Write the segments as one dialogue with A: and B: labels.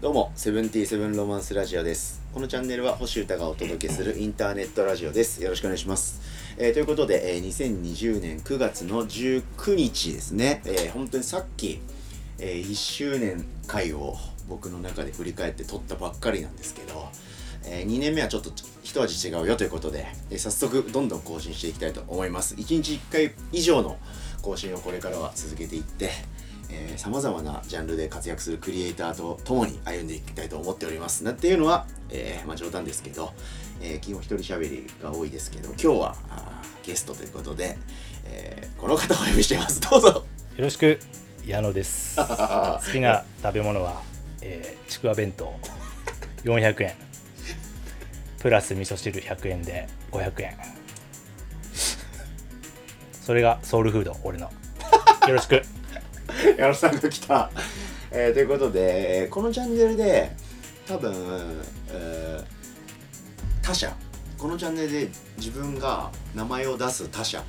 A: どうも、セブンティーセブンロマンスラジオです。このチャンネルは星歌がお届けするインターネットラジオです。よろしくお願いします。えーということで、えー2020年9月の19日ですね、えー本当にさっき、え1周年回を僕の中で振り返って撮ったばっかりなんですけど、え2年目はちょっと一味違うよということで、えー早速どんどん更新していきたいと思います。1日1回以上の更新をこれからは続けていって、さまざまなジャンルで活躍するクリエイターと共に歩んでいきたいと思っております。なっていうのは、えーまあ、冗談ですけど、えー、基本一人喋りが多いですけど今日はあーゲストということで、えーこの方をお呼びしています。どうぞ
B: よろしく矢野です 好きな食べ物は、えーちくわ弁当400円プラス味噌汁100円で500円それがソウルフード俺のよろしく
A: 矢野さんが来た、 えーということで、えーこのチャンネルで多分、えー他者このチャンネルで自分が名前を出す他者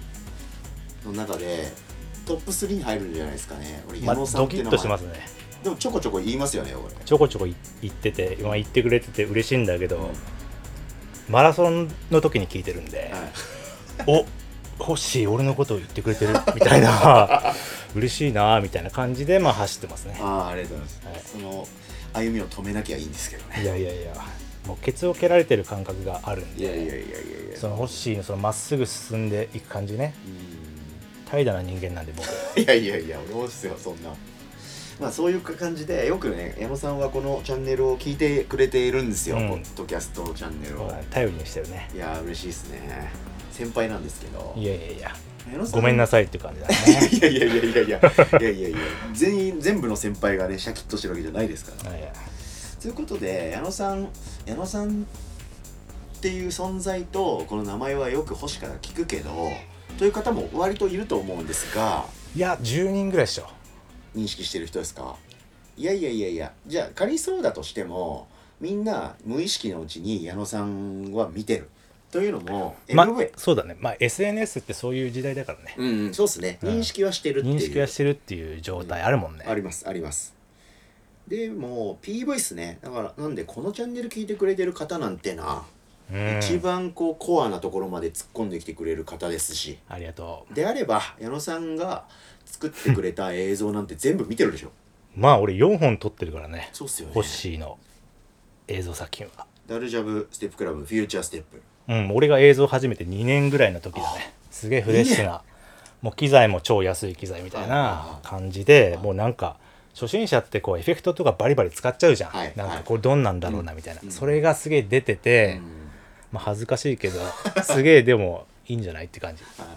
A: の中でトップ3に入るんじゃないですかね俺
B: ま
A: 矢
B: あ
A: 野さん
B: ド
A: って
B: キ
A: いうの
B: ッと
A: は
B: しますね
A: でもちょこちょこ言いますよね俺
B: ちょこちょこい言ってて今言ってくれてて嬉しいんだけど、
A: うん
B: マラソンの時に聞いてるんで、
A: はい
B: お欲しい俺のことを言ってくれてるみたいな 嬉しいなみたいな感じでまあ走ってますね
A: ああありがとうございます、
B: はい
A: その歩みを止めなきゃいいんですけどね
B: いやいやいやもうケツを蹴られてる感覚があるん
A: い
B: で
A: やいやいやいやいや
B: そのホッシーのそのまっすぐ進んでいく感じね
A: う
B: 怠惰な人間なんで僕
A: ん いやいやいや俺もですよそんなまあそういう感じでよくね矢野さんはこのチャンネルを聞いてくれているんですよ、
B: うん
A: ポッドキャストチャンネルを、
B: 頼りにしてるね
A: い、や嬉しいですね先輩なんですけど
B: いやいやいや
A: 矢野さ
B: ごめんないさいっていう感じだね
A: いやいやいやいやいやいやいやいや全員全部の先輩がねシャキッとしてるわけじゃないですから
B: はいはい
A: ということで矢野さん矢野さんっていう存在とこの名前はよく星から聞くけどという方も割といると思うんですが
B: いや10人ぐらいでしょ
A: 認識してる人ですかいやいやいやいやじゃあ仮にそうだとしてもみんな無意識のうちに矢野さんは見てるというのも
B: ま
A: MV
B: そうだねまあ SNS ってそういう時代だからね
A: うんうんそうですね
B: うん
A: 認識はしてるっていう
B: 認識はしてるっていう状態あるもんね
A: ありますありますでも PV っすねだからなんでこのチャンネル聞いてくれてる方なんてな
B: うん
A: 一番こうコアなところまで突っ込んできてくれる方ですし
B: ありがと
A: であれば矢野さんが作ってくれた映像なんて全部見てるでしょ
B: うまあ俺4本撮ってるからね
A: そうっすよね
B: ホッシーの映像作品は
A: ダルジャブステップクラブフューチャーステップ
B: うん、俺が映像初めて2年ぐらいの時だねすげえフレッシュなもう機材も超安い機材みたいな感じでもうなんか初心者ってこうエフェクトとかバリバリ使っちゃうじゃん、
A: はい
B: なん
A: は
B: か
A: い
B: これどんなんだろうなみたいな、
A: うん
B: それがすげえ出てて、
A: うん
B: まあ、恥ずかしいけどすげえでもいいんじゃないって感じ
A: はい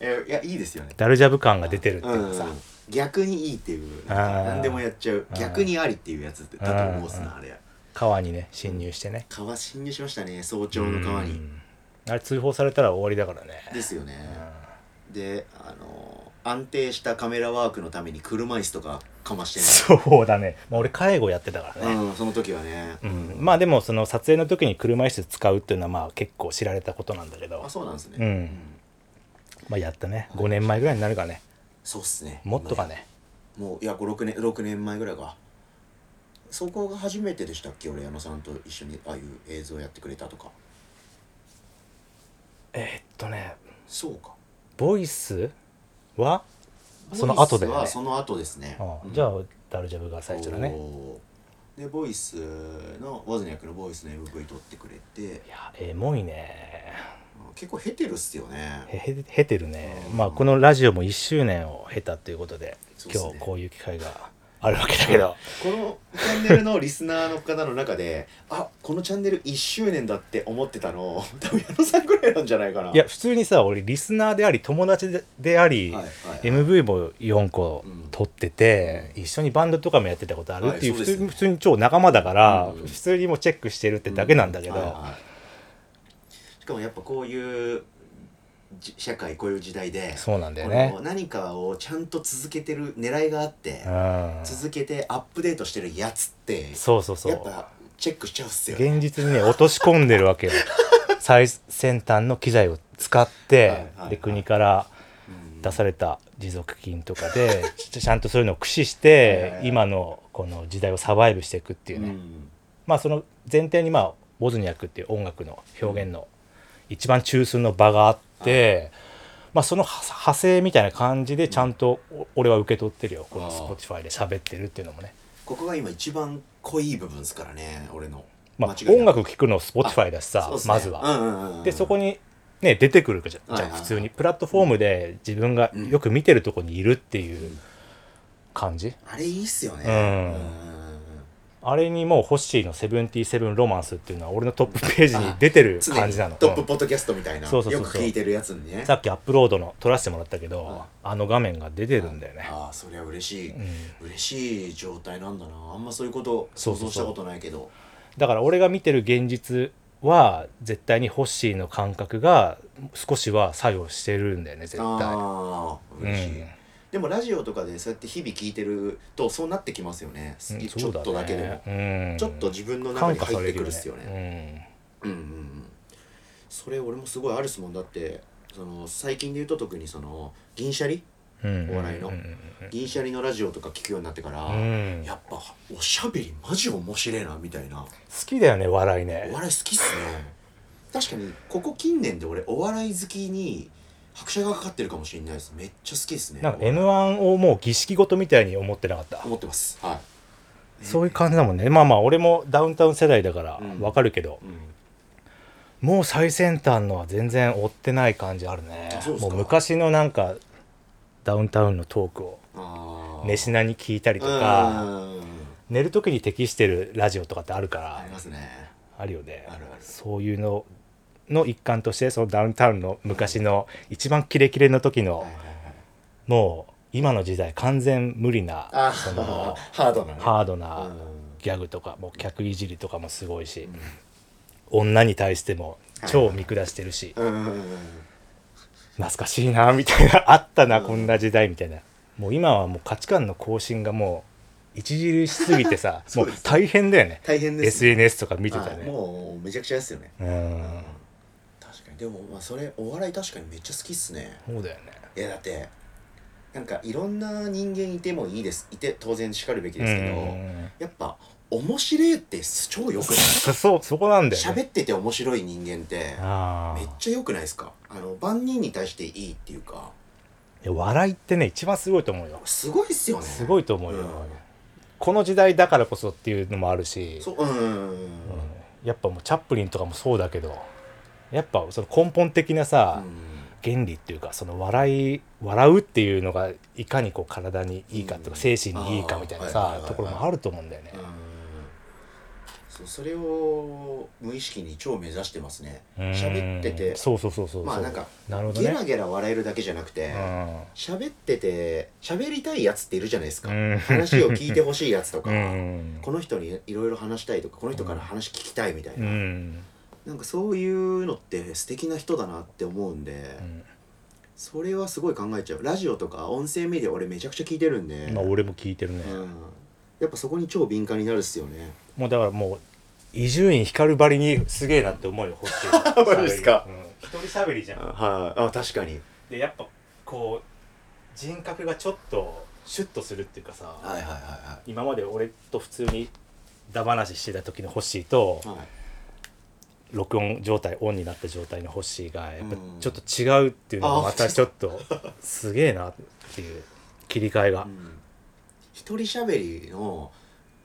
A: えいやいいですよね
B: ダルジャブ感が出てるっていうかさ、
A: うん逆にいいっていう
B: あー
A: なんか何でもやっちゃう
B: あー
A: 逆にありっていうやつだと思うっすなあれ
B: 川にね侵入してね
A: 川侵入しましたね早朝の川
B: う
A: に
B: んあれ通報されたら終わりだからね
A: ですよねであの安定したカメラワークのために車椅子とかかましてね
B: そうだね、まあ、俺介護やってたからね、
A: うん、その時はね、
B: うん、まあでもその撮影の時に車椅子使うっていうのはまあ結構知られたことなんだけど
A: あ、そうなんですね、
B: うんまあやったね5年前ぐらいになるかね
A: そうっすね
B: もっとかね
A: もういや56年6年前ぐらいかそこが初めてでしたっけ俺矢野さんと一緒にああいう映像やってくれたとか
B: えーっとね
A: そうか
B: ボイスはその後だよね
A: ボイスはその後ですね、
B: ああ
A: うん
B: じゃあダルジャブが最初だね
A: おーでボイスのワズニャックのボイスの MV 撮ってくれて
B: いやエモいね
A: 結構ヘテルっすよね
B: へへへてるね
A: うん
B: まあこのラジオも1周年を経たということで
A: そうっすね
B: 今日こういう機会があるわけだけど
A: このチャンネルのリスナーの方の中であこのチャンネル1周年だって思ってたの 多分矢野さんぐらいなんじゃないかない
B: や普通にさ俺リスナーであり友達でであり、
A: はいはい、
B: MV も4個撮ってて、一緒にバンドとかもやってたことあるっていう,、
A: はいそ
B: 普
A: うです
B: 通に普通に超仲間だから、
A: うん
B: 普通にもうチェックしてるってだけなんだけど、
A: はいはいしかもやっぱこういうじ社会こういう時代で
B: そうなんだよ
A: こ
B: ね
A: の。何かをちゃんと続けてる狙いがあって
B: うん、
A: 続けてアップデートしてるやつって
B: そうそうそ
A: や
B: う
A: っぱチェックしちゃうっすよね
B: 現実にね落とし込んでるわ けよ最先端の機材を使って、
A: はいはいはい
B: で国から
A: うん
B: 出された持続金とかでちゃんとそういうのを駆使し
A: はいはい
B: て
A: はい
B: 今のこの時代をサバイブしていくっていうね、
A: うん
B: まあその前提にまあボズニアクっていう音楽の表現の一番中枢の場があって、まあその派派生みたいな感じでちゃんとお俺は受け取ってるよこの
A: あー
B: Spotify で喋ってるっていうのもね、
A: ここが今一番濃い部分ですからね俺の
B: まあ
A: 間違い、ない
B: 音楽聴くの Spotify だしさ、
A: そうっすね
B: まずは。
A: うんうんうんうん
B: でそこにね出てくるじゃん
A: はい
B: じ
A: はい
B: ゃ
A: は
B: あ
A: い
B: 普通にプラットフォームで自分がよく見てるとこにいるっていう感じ
A: あれいいっすよね
B: うんあれにもうホッシーの「セブンティセブンロマンス」っていうのは俺のトップページに出てる
A: 常に
B: 感じなの
A: トップ
B: うん
A: ポッドキャストみたいな
B: そうそうそうそ
A: よく
B: う
A: 聞いてるやつにね
B: さっきアップロードの撮らせてもらったけど、あの画面が出てるんだよね。
A: ああそりゃ嬉しい、
B: うん
A: 嬉しい状態なんだなあんまそういうこと
B: そ
A: 想像
B: うそうそう
A: したことないけど
B: だから俺が見てる現実は絶対にホッシーの感覚が少しは作用してるんだよね絶対。
A: ああ嬉しい、
B: うん
A: でもラジオとかでそうやって日々聞いてるとそうなってきますよね、
B: うん
A: ちょっとだけでも、、
B: そうねうん
A: ちょっと自分の中
B: 感
A: に
B: 化
A: 入
B: さ
A: っ
B: れ
A: て
B: る
A: くる
B: よ
A: っすよね
B: ね。
A: うんうんうんそれ俺もすごいあるっすもんだってその最近で言うと特にその銀シャリ
B: うんう
A: お
B: ん
A: 笑いの
B: うんうん
A: 銀シャリのラジオとか聞くようになってから、
B: うんうん
A: やっぱおしゃべりマジ面白いなみたいな
B: 好きだよね笑い
A: お
B: ね。
A: 笑い好きっすね確かにここ近年で俺お笑い好きに拍車がかかってるかもしれないですめっちゃ好きですね
B: なんか M1 をもう儀式ごとみたいに思ってなかった。
A: 思ってますは
B: そういう感じだもんね。まあまあ俺もダウンタウン世代だから
A: うん
B: わかるけど
A: い、、うん、
B: もう最先端のは全然追ってない感じあるね
A: あそうっす
B: も
A: か
B: う昔のなんかダウンタウンのトークを
A: ああ
B: 寝しなに聞いたりとか寝る時に適してるラジオとかってあるから
A: ありますね
B: あるよね
A: あるある
B: そういうのの一環としてそのダウンタウンの昔の一番キレキレの時の
A: はいはいはい
B: もう今の時代完全無理な
A: あ
B: その
A: ハードなね
B: ハード
A: う
B: なんギャグとかもう客いじりとかもすごいし、女に対しても超見下してるし、
A: うんうんうんうん
B: 懐かしいなみたいな あったなこんな時代みたいなもう今はもう価値観の更新がもう著しすぎてさ
A: そ
B: も
A: う
B: う
A: です
B: 大変だよね
A: 大変ですね
B: SNS とか見てた
A: はい
B: ね
A: もうめちゃくちゃですよね
B: うん
A: 確かにでもまあそれお笑い確かにめっちゃ好きっすね
B: そうだよね
A: いやだってなんかいろんな人間いてもいいですいて当然しかるべきですけど、
B: うん
A: やっぱ面白いって超良くない
B: そそうそこなんだよね
A: 喋ってて面白い人間って
B: あ
A: めっちゃ良くないですかあの万人に対していいっていうか
B: あ笑いってね一番すごいと思うよ
A: すごいっすよね
B: すごいと思うよ、
A: うん
B: この時代だからこそっていうのもあるし、
A: そううんうんうん
B: うんやっぱもうチャップリンとかもそうだけどやっぱその根本的なさ、原理っていうかその笑い笑うっていうのがいかにこう体にいいかと
A: うん
B: か精神にいいかみたいな
A: あーはいはい
B: さ
A: はい
B: ところもあると思うんだよね
A: うん。そうそれを無意識に超目指してますね
B: うん
A: 喋ってて
B: そうそうそうそうそう
A: まあなんか
B: なるほど
A: ゲ
B: ね
A: ラゲラ笑えるだけじゃなくて、喋ってて喋りたいやつっているじゃないですか、
B: うん
A: 話を聞いてほしいやつとか、
B: うんうん
A: この人にいろいろ話したいとかこの人から話聞きたいみたい
B: うんう
A: な、
B: ん
A: なんかそういうのって素敵な人だなって思うんで、それはすごい考えちゃうラジオとか音声メディア俺めちゃくちゃ聞いてるんで、
B: まあ俺も聞いてるね
A: うん、やっぱそこに超敏感になるっすよね
B: もうだからもう伊集院光ばりにすげえなって思うよ星
A: マジですか
B: 一人喋りじゃん
A: はいあ確かに
B: でやっぱこう人格がちょっとシュッとするっていうかさ
A: はいはいは
B: 今まで俺と普通にダ話してた時のホッシーと
A: いはいはい
B: 録音状態オンになった状態のホッシーがやっぱ
A: うん
B: ちょっと違うっていうの
A: あ
B: がまたちょっとすげえなっていう切り替えが
A: うん一人喋りの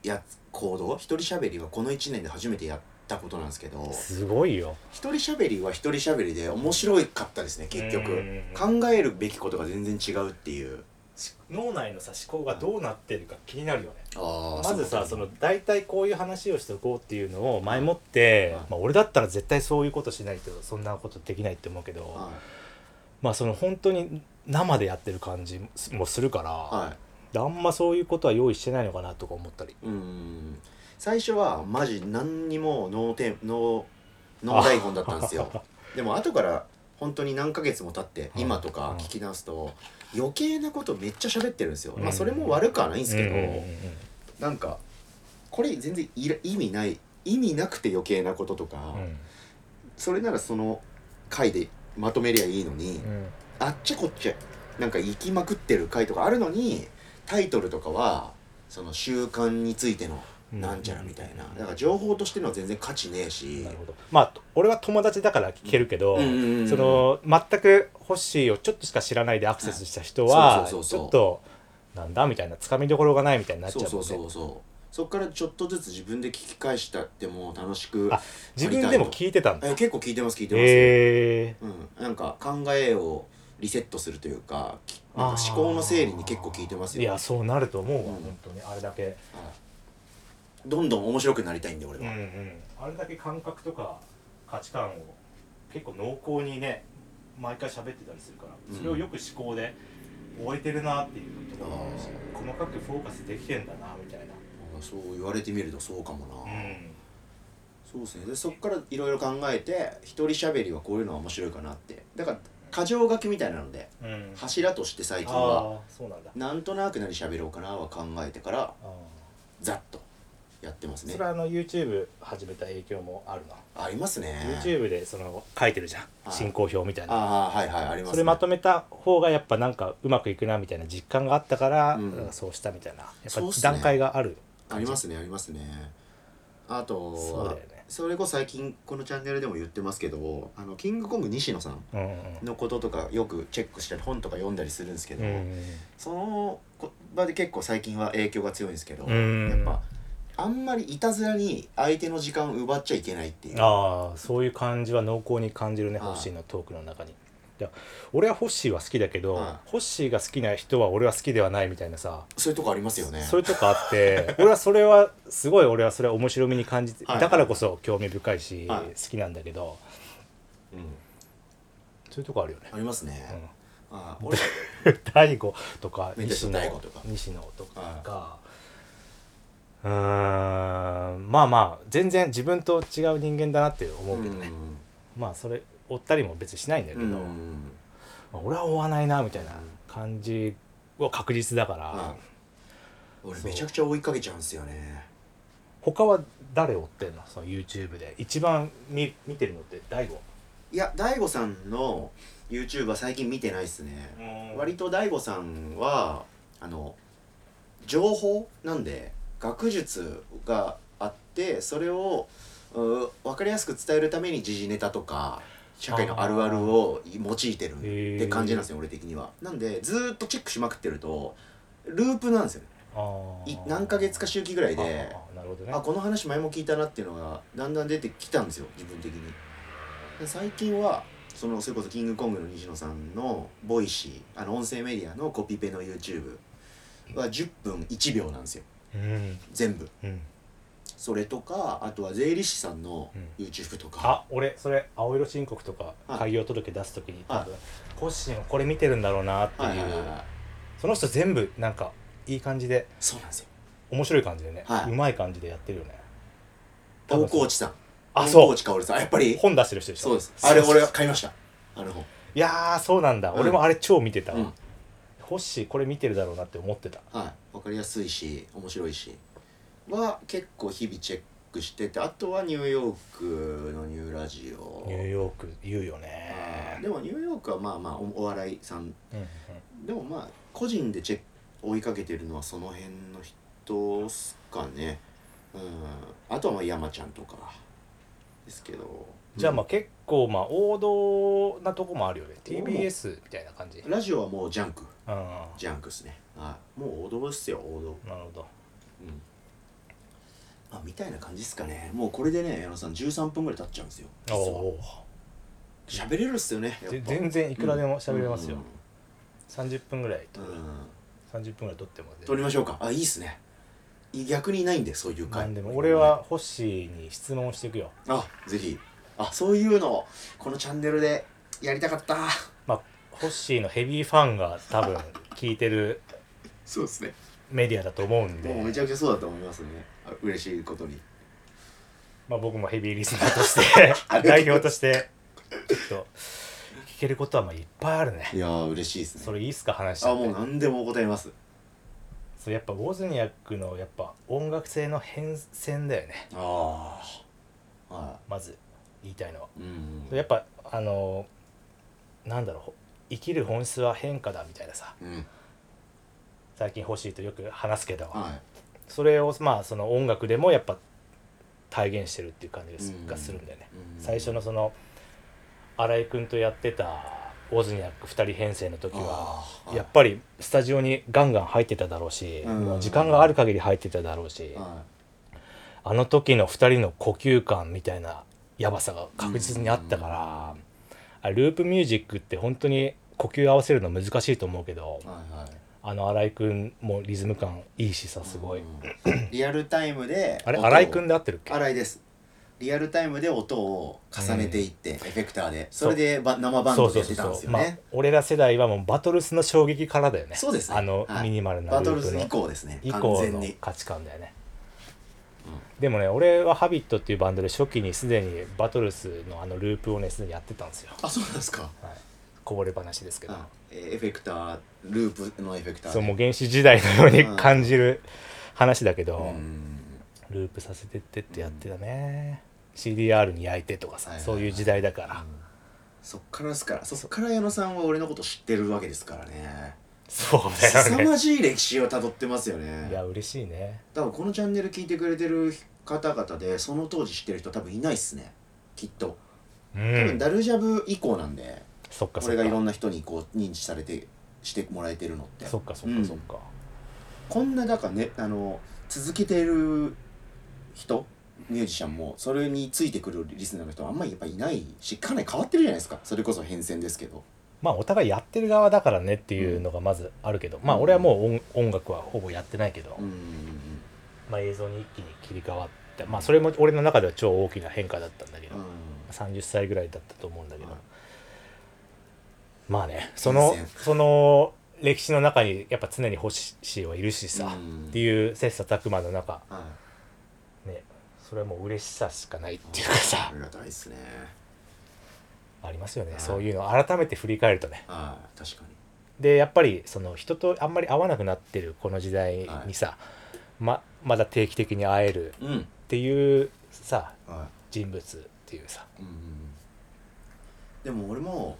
A: やつ行動一人喋りはこの1年で初めてやったことなんですけど
B: すごいよ
A: 一人喋りは一人喋りで面白かったですね結
B: う
A: 局
B: ん
A: 考えるべきことが全然違うっていう
B: 脳内のさ思考がどうなってるか気になるよね
A: あ
B: まずさその大体こういう話をしておこうっていうのを前もって
A: うん、
B: まあ、俺だったら絶対そういうことしないとそんなことできないって思うけど
A: は
B: まあその本当に生でやってる感じもするから、
A: い、は
B: であんまそういうことは用意してないのかなとか思ったり
A: い、うん最初はマジ何にもノーテーノーノー台本だったん ですよでも後から本当に何ヶ月も経って
B: うん
A: 今とか聞き直すと余計なことめっちゃ喋ってるんですよ、ま
B: う
A: あ
B: ん
A: それも悪くはないんですけど、
B: うんうんうんうん
A: なんかこれ全然いら意味ない意味なくて余計なこととか、それならその回でまとめりゃいいのに、あっちゃこっちゃなんか行きまくってる回とかあるのにタイトルとかはその習慣についての
B: うん
A: なんちゃらみたいな、だから情報としてのは全然価値ねえし
B: なるほどまあ俺は友達だから聞けるけど、
A: うんうんうんうん
B: その全くホッシーをちょっとしか知らないでアクセスした人は、
A: はいそうそうそうそう
B: ちょっとなんだみたいなつかみどころがないみたいになっちゃう
A: そう
B: もんね
A: そうそうそうそっからちょっとずつ自分で聞き返したってもう楽しく
B: あ自分でも聞いてたんだ
A: え結構聞いてます聞いてます、
B: え
A: うん、なんか考えをリセットするというかき
B: あー
A: なんか思考の整理に結構聞いてますよ
B: ー、いやそうなると思うわ、
A: うん
B: 本当にあれだけ
A: はいどんどん面白くなりたいんで俺
B: うんう
A: は、
B: んあれだけ感覚とか価値観を結構濃厚にね毎回喋ってたりするから
A: うん
B: それをよく思考で終えてるなっていうところもあるし細かくフォーカスできてんだなみたいな
A: あそう言われてみるとそうかもな、
B: うん
A: そうですねでそっからいろいろ考えて一人喋りはこういうのは面白いかなってだから箇条書きみたいなので
B: うん
A: 柱として最近は
B: ああそうなんだ
A: なんとなく何喋ろうかなは考えてから
B: あ
A: ざっとやってます
B: ー
A: ね
B: それはあの YouTube 始めた影響もあるな、
A: ありますね
B: YouTube でその書いてるじゃん
A: い
B: 進行表みたいな
A: ああはいはいあります、ね、
B: それまとめた方がやっぱなんかうまくいくなみたいな実感があったから、
A: うん
B: なんかそうしたみたいなやっぱ
A: そうっすね
B: 段階がある
A: ありますねありますねあとは
B: そうだよね
A: それこそ最近このチャンネルでも言ってますけどあのキングコング西野さん
B: うんうん
A: のこととかよくチェックしたり本とか読んだりするんですけど、
B: うんうん
A: その言葉で結構最近は影響が強いんですけど、
B: うん
A: やっぱあんまりいたずらに相手の時間を奪っちゃいけないっていう
B: ああそういう感じは濃厚に感じるね
A: はい
B: ホッシーのトークの中に。いや俺はホッシーは好きだけど、
A: はい
B: ホッシーが好きな人は俺は好きではないみたいなさ
A: そういうとこありますよね
B: そういうとこあって 俺はそれはすごい俺はそれは面白みに感じて、
A: はい
B: だからこそ興味深いし、
A: はい
B: 好きなんだけど
A: うん、
B: そういうとこあるよね
A: ありますね、
B: うん
A: あ俺
B: 大悟とか
A: めっちゃ
B: 西
A: 大
B: 野
A: 悟とか
B: 西野とかがうーんまあまあ全然自分と違う人間だなって思うけどね、まあそれ追ったりも別にしないんだけ
A: うん、
B: ど、
A: うん
B: まあ俺は追わないなみたいな感じは確実だから、
A: はい俺めちゃくちゃ追いかけちゃうんですよね
B: 他は誰追ってんのその YouTube で一番見見てるのって大悟
A: いや大悟さんの YouTube は最近見てないっすね、割と大悟さんはあの情報なんで学術があってそれをう分かりやすく伝えるために時事ネタとか社会のあるあるを用いてる
B: へー
A: って感じなんですよ俺的には。なんでずーっとチェックしまくってるとループなんですよね
B: あー
A: い何ヶ月か周期ぐらいで
B: あ。ーなるほどね
A: あこの話前も聞いたなっていうのがだんだん出てきたんですよ自分的にで最近はそのそれこそキングコングの西野さんのボイシーあの音声メディアのコピペの YouTube は10分1秒なんですよ
B: うん
A: 全部
B: うん
A: それとかあとは税理士さんの
B: うん
A: YouTube とか、
B: あ俺それ青色申告とか
A: はい
B: 開業届出す時に
A: はい
B: 多分コッシーもこれ見てるんだろうなって
A: はい
B: い
A: はいはいうはい
B: その人全部なんかいい感じで
A: そうなんですよ
B: 面白い感じでね、
A: はいう
B: まい感じでやってるよね多
A: 大
B: 分そう
A: 河内さん
B: あ
A: 大河
B: そう
A: 内薫さんあやっぱり
B: 本出してる人でしょ
A: そうですあれ俺
B: い
A: は買いましたあの本
B: やーそうなんだ、
A: うん
B: 俺もあれ超見てたわ、
A: うん
B: ホッシーこれ見てるだろうなって思ってた
A: はい、わかりやすいし面白いしは結構日々チェックしててあとはニューヨークのニューラジオ
B: ニューヨーク言うよ
A: あー
B: ね
A: でもニューヨークはまあまあおお笑いさん
B: うんうん
A: でもまあ個人でチェック追いかけてるのはその辺の人っすかねうんあとはまあ山ちゃんとかですけど
B: じゃあま
A: あ、
B: あ結構まあ王道なとこもあるよね TBS みたいな感じ、うん、
A: ラジオはもうジャンク
B: な
A: ジャンクっすねはいもう王道っすよ王道
B: るほど
A: うんまあ、みたいな感じですかねもうこれでね矢野さん13分ぐらい経っちゃうんですよ実は
B: お
A: 喋れるっすよねや
B: ー
A: っ
B: ぜ
A: ぱ
B: 全然いくらでも喋れますよ、
A: う
B: 30分ぐらい
A: んうんうん
B: 30分ぐらい撮っても全然
A: 撮りましょうかあいいっすねい逆にないんでそういう
B: な
A: 回
B: んでも俺はホッシーに質問していくよ
A: あぜひあそういうのをこのチャンネルでやりたかった
B: まあホッシーのヘビーファンが多分聞いてる
A: そうですね
B: メディアだと思うんで
A: もうめちゃくちゃそうだと思いますねあ嬉しいことに
B: まあ、僕もヘビーリスナーとして
A: ありがとうございます
B: 代表としてちょっと聞けることはまあいっぱいあるね
A: いやー嬉しいですね
B: それいいっすか話しちゃ
A: あ
B: っ
A: もう
B: て
A: 何でも答えます
B: そうやっぱウォズニアックのやっぱ音楽性の変遷だよね
A: ああは
B: まず言いたいのは。
A: いうん
B: やっぱあのなんだろう生きる本質は変化だみたいなさ
A: うん
B: 最近欲しいとよく話すけど、
A: はい
B: それをまあその音楽でもやっぱ体現してるっていう感じです、
A: うん
B: がするんだよね、
A: うん
B: 最初のその新井君とやってたオズニャック2人編成の時は
A: あー
B: やっぱりスタジオにガンガン入ってただろうし、
A: うん
B: もう時間がある限り入ってただろうし、
A: は
B: あの時の2人の呼吸感みたいなやばさが確実にあったから、あループミュージックって本当に呼吸合わせるの難しいと思うけど
A: い、はいはい
B: あの新井君もリズム感いいしさすごい、
A: うんリアルタイムで
B: あれ
A: 音を
B: 新井君で合ってるっけ
A: 新井ですリアルタイムで音を重ねていって、エフェクターでそれでば生バン
B: そ
A: ド
B: う
A: で
B: そう
A: やってたん
B: そう
A: で
B: そ
A: す
B: う、
A: よ
B: まあ
A: ね
B: 俺ら世代はもうバトルスの衝撃からだよね
A: そうですね
B: あの
A: はい
B: ミニマルな
A: バ
B: ル
A: ト
B: ー
A: ル
B: プ
A: ズ
B: の
A: 以降ですね
B: 以
A: 完
B: 降
A: 全
B: の
A: に
B: 価値観だよね、でもね俺は「ハビットっていうバンドで初期にすでにバトルスのあのループをねすでにやってたんですよ、
A: あそうなんですか
B: はい、こぼれ話ですけど、
A: あえーエフェクターループのエフェクターで
B: そうもう原始時代のように
A: うん
B: 感じる話だけど、
A: うん
B: ループさせてってってやってたね、CDR に焼いてとかさ、
A: はいはいはい
B: そういう時代だから、
A: そっからですからそっから矢野さんは俺のこと知ってるわけですからね
B: そうだよ
A: 凄
B: ね
A: まじい歴史をたどってますよね
B: いや嬉しいね
A: 多分このチャンネル聞いてくれてる方々でその当時知ってる人多分いないっすねきっと多
B: う
A: 分
B: ん
A: ダルジャブ以降なんで、
B: そっか
A: こ
B: そ
A: れ
B: っ
A: がいろ
B: か
A: んな人にこう認知されてしてもらえてるのって
B: そっかそっ
A: う
B: か
A: ん
B: そっか、
A: こんなだからねあの続けてる人ミュージシャンもそれについてくるリスナーの人はあんまりやっぱいないしかなり変わってるじゃないですかそれこそ変遷ですけど
B: まあお互いやってる側だからねっていうのがまずあるけど、まあ俺はもう音音楽はほぼやってないけど、
A: うん
B: まあ、映像に一気に切り替わってまあそれも俺の中では超大きな変化だったんだけど、30歳ぐらいだったと思うんだけど、
A: はい
B: まあねその
A: 全然
B: その歴史の中にやっぱ常に星はいるしさ、
A: うん
B: っていう切磋琢磨の中
A: はい
B: ねそれはもう嬉しさしかないっていうかさ
A: ありがたいですね
B: ありますよね、
A: はい
B: そういうの改めて振り返るとね
A: はい確かに
B: でやっぱりその人とあんまり会わなくなってるこの時代にさ、ままだ定期的に会える
A: うん
B: っていうさ
A: はい
B: 人物っていうさ
A: うんうんうんでも俺も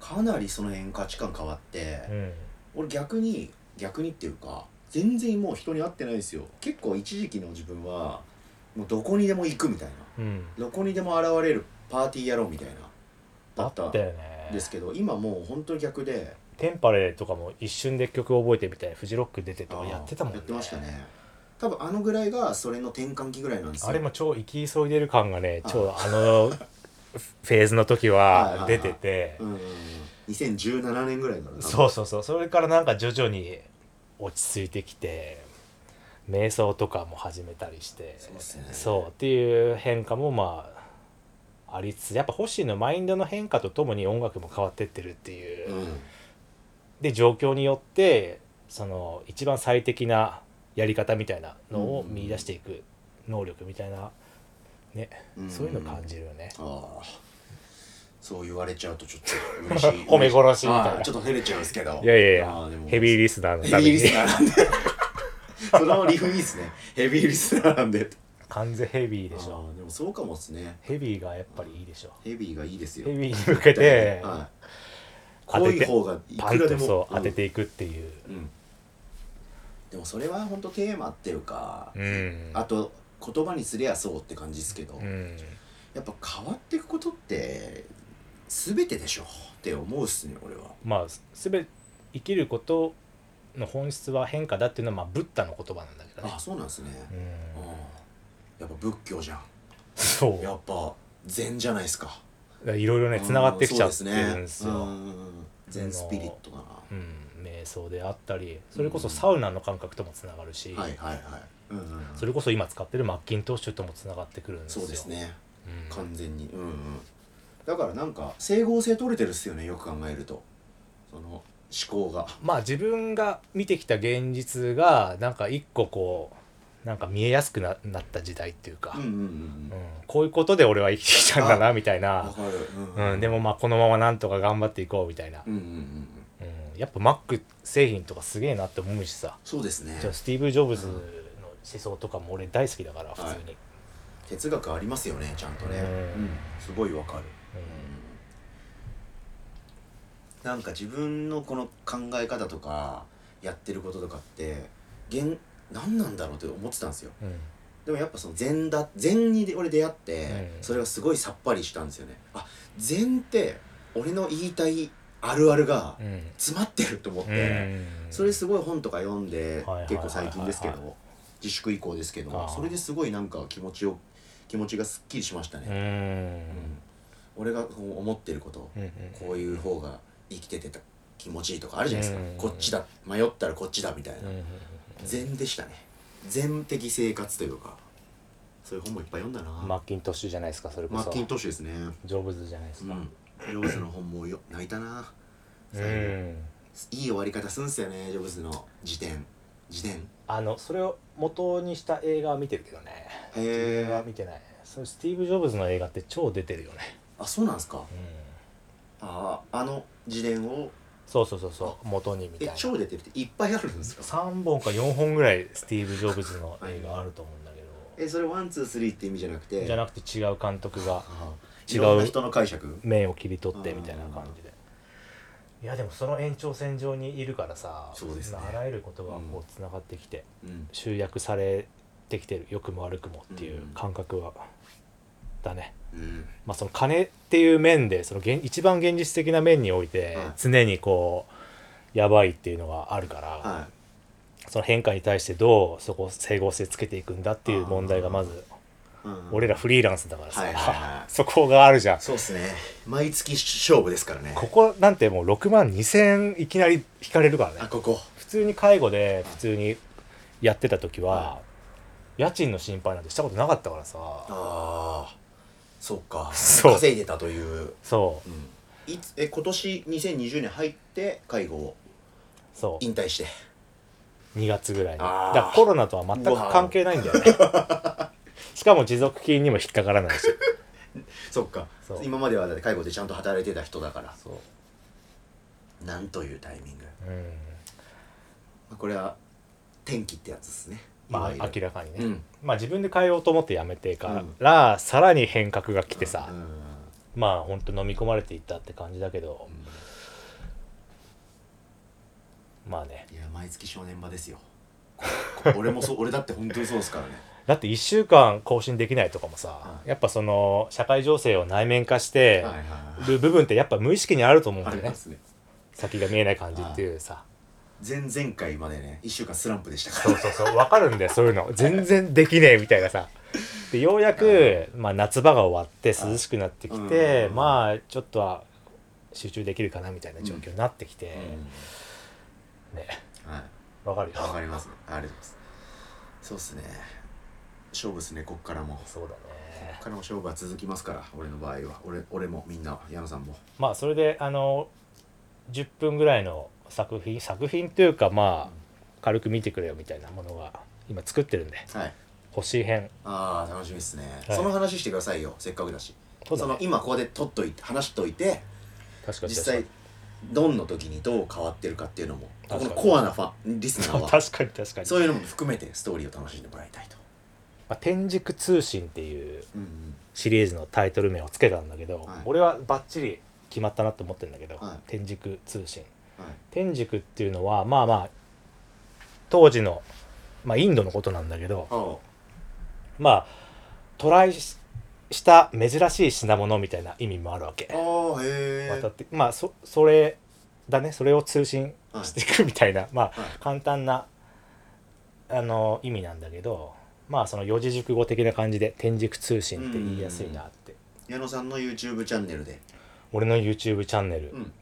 A: かなりその辺価値観変わって、
B: うん
A: 俺逆に逆にっていうか全然もう人に会ってないですよ結構一時期の自分はもうどこにでも行くみたいな
B: うん
A: どこにでも現れるパーティー野郎みたいな
B: あ
A: だ
B: っ
A: ったん
B: たよね
A: ですけど今もう本当に逆で
B: テンパレとかも一瞬で曲覚えてみたいなフジロック出てと
A: あ
B: か
A: ー
B: やってたもん
A: やってましたね多分あのぐらいがそれの転換期ぐらいなんですよ
B: あれも超行き急いでる感がね
A: あー
B: 超あのフェーズの時は出てて
A: うんうんうん2017年ぐらいから
B: そううそうそうそれからなんか徐々に落ち着いてきて瞑想とかも始めたりして
A: そうっすね
B: そうっていう変化もまあありつつやっぱ星のマインドの変化とともに音楽も変わってってるっていう、
A: うん
B: で状況によってその一番最適なやり方みたいなのを
A: うん
B: 見出していく能力みたいな、ね、
A: うん
B: そういうの感じるよね。
A: ああそう言われちゃうとちょ っと嬉しい
B: 褒め殺しみたいな
A: ああちょっと照れちゃうんですけど
B: いやいやい
A: あ
B: や
A: あでも
B: ヘビーリスナーの
A: ヘ
B: た
A: ビー
B: め
A: リ
B: に
A: スナー なんでそのリフいいですねヘビーリスナーなんで
B: 完全ヘビーでしょ
A: ああでもそうかもっすね
B: ヘビーがやっぱりいいでしょ
A: ヘビーがいいですよ
B: ヘビーに向けて
A: はい
B: 当
A: 濃
B: て
A: い
B: て
A: 方がい
B: パ
A: く
B: イ
A: らで
B: と
A: も
B: そう
A: うん
B: 当てていくっていう、
A: うんでもそれは本当テーマっていうか
B: うん
A: あと言葉にすりゃそうって感じですけど
B: うん、
A: やっぱ変わっていくことって全てでしょって思うっすね俺は
B: まあすすべ生きることの本質は変化だっていうのはまあブッダの言葉なんだけどね
A: あ、そうなんですね
B: うん、
A: うんやっぱ仏教じゃん
B: そう
A: やっぱ禅じゃないですか
B: だからいろいろねつながってきちゃってるんです
A: う
B: よ。
A: ん禅スピリットだな
B: うん、瞑想であったりそれこそサウナの感覚ともつながるし、
A: はいはいはい、うんうん、
B: それこそ今使ってるマッキントッシュともつながってくるんですよ
A: そうです、ね
B: うん
A: 完全にうんうんだからなんか整合性取れてるっすよねよく考えるとその思考が
B: まあ自分が見てきた現実がなんか一個こうなんか見えやすくななった時代っていうか、
A: うん
B: う
A: うんんうんうん
B: こういうことで俺は生きてきたんだなみたい
A: わ
B: な、
A: かるうん
B: うん、でもまあこのままなんとか頑張っていこうみたいな
A: う、んうんうん
B: うん、やっぱマック製品とかすげえなって思うしさ
A: そうですね
B: じゃあスティーブ・ジョブズの思想とかも俺大好きだから普通に。
A: 哲学ありますよねちゃんとね、
B: うん
A: うん、すごいわかる
B: うん
A: なんか自分のこの考え方とかやってることとかって現何なんだろうって思ってたんですよ
B: うん
A: でもやっぱその禅だ禅に俺出会って、
B: うん
A: それがすごいさっぱりしたんですよねあ禅って俺の言いたいあるあるが
B: うん
A: 詰まってると思って、
B: うん
A: それすごい本とか読んで、
B: はいはいはいはい
A: 結構最近ですけど、自粛以降ですけ
B: あ
A: ど
B: ー
A: それですごいなんか気持ちを気持ちがすっきりしました
B: うん
A: ね、うん俺がこう思ってること、
B: うんうん
A: こういう方が生きててた気持ちいいとかあるじゃないですか、
B: うん
A: こっちだ迷ったらこっちだみたいな、
B: うん
A: 禅でしたね禅的生活というかそういう本もいっぱい読んだな、
B: マッキントッシュじゃないですかそれこ
A: マ
B: そ
A: ッキントッシュですね
B: ジョブズじゃないです
A: う
B: か
A: んジョブズの本もよ泣いたな
B: う
A: 最後
B: ん
A: いい終わり方すんすよねジョブズの辞典辞典
B: あのそれを元にした映画は見てるけどね
A: へ
B: 映画は見
A: え
B: てないそれスティーブ・ジョブズの映画って超出てるよね
A: あそうなんですか
B: うん
A: あああの自伝を
B: そうそうそうそう元にみたい
A: え
B: な
A: 超出てるっていっぱいあるんですか
B: 3本か4本ぐらいスティーブ・ジョブズの映画あると思うんだけど
A: えそれワンツースリーって意味じゃなくて
B: じゃなくて違う監督が
A: ああい
B: 違う
A: ろんな人の解釈
B: 面を切り取ってみたいな感じでいやでもその延長線上にいるからさ
A: そうですね
B: あらゆることがこうつながってきて、
A: うん
B: 集約されてきてる良くも悪くもっていう
A: うん
B: 感覚は、だね
A: うん
B: まあその金っていう面でその現一番現実的な面において
A: はい
B: 常にこうやばいっていうのがあるから、
A: は
B: その変化に対してどうそこを整合性つけていくんだっていう問題がまず
A: い、うん
B: 俺らフリーランスだからさ、
A: はいはいはい
B: そこがあるじゃん
A: そうですね毎月勝負ですからね
B: ここなんてもう6万2000いきなり引かれるから
A: あ
B: ね
A: ここ
B: 普通に介護で普通にやってた時は家賃の心配なんてしたことなかったからさ
A: ああそうか
B: そう
A: 稼いでたという、
B: そ
A: うん、いつえ今年2020年入って介護を
B: うそう
A: 引退して
B: 2月ぐらいにだ
A: あー
B: からコロナとは全く関係ないんだ よねしかも持続金にも引っかからないし
A: そっか
B: そう
A: 今まではだって介護でちゃんと働いてた人だから
B: そう
A: なんというタイミング、ま
B: うん
A: あ、これは天気ってやつですね
B: ま
A: い
B: あ
A: わゆ
B: 明
A: る
B: らかにね、
A: うん
B: まあ自分で変えようと思ってやめてから、さらに変革が来てさ、
A: うん
B: まあほんと飲み込まれていったって感じだけど、まあね
A: いや毎月正念場です よここ俺もそう俺だって本当にそうですからね
B: だって1週間更新できないとかもさ、
A: はい
B: やっぱその社会情勢を内面化して
A: はいはいはい
B: る部分ってやっぱ無意識にあると思うん
A: あ
B: だ
A: り
B: よ
A: ま
B: ね
A: すね
B: 先が見えない感じっていうさ
A: 前々回までね1週間スランプでしたか
B: そう
A: ら
B: そうそう分かるんだよそういうの全然できねえみたいなさでようやく、まあ、夏場が終わって涼しくなってき
A: はい
B: て、
A: うん
B: まあちょっとは集中できるかなみたいな状況になってきて、ね
A: うん はい
B: わかるよ
A: わかりますねありがとうございますそうっすね勝負っすねこっからも
B: そうだ
A: こ
B: ね
A: っからも勝負は続きますから俺の場合は俺俺もみんな矢野さんも
B: まあそれであの10分ぐらいの作品作品というかまあ軽く見てくれよみたいなものが今作ってるんで
A: はい
B: 星編
A: ああ楽しみっすね、
B: はい
A: その話してくださいよせっかくだしそ
B: そうだ
A: の
B: ね
A: 今ここで取っといて話しといて
B: 確かに
A: 実
B: 確か
A: 際
B: に
A: ドンの時にどう変わってるかっていうのもここ
B: 確か
A: の
B: に
A: コアなファンリスナーは
B: 確かに確かに、
A: そういうのも含めてストーリーを楽しんでもらいたいと、
B: まあ、天竺通信っていう
A: うん
B: シリーズのタイトル名をつけたんだけど、
A: はい
B: 俺はバッチリ決まったなと思ってるんだけど、
A: はい
B: 天竺通信
A: うんはい
B: 天竺っていうのはまあまあ当時の、まあ、インドのことなんだけど、
A: あ
B: まあトライしした珍しい品物みたいな意味もあるわけ
A: あああへえ
B: 渡ってまあそそれだねそれを通信していくみたいな、まあ
A: はい
B: 簡単なあの意味なんだけどまあその四字熟語的な感じで天竺通信って言いやすいなって
A: 矢野さんの YouTube チャンネルで、
B: 俺の YouTube チャンネル、
A: うん、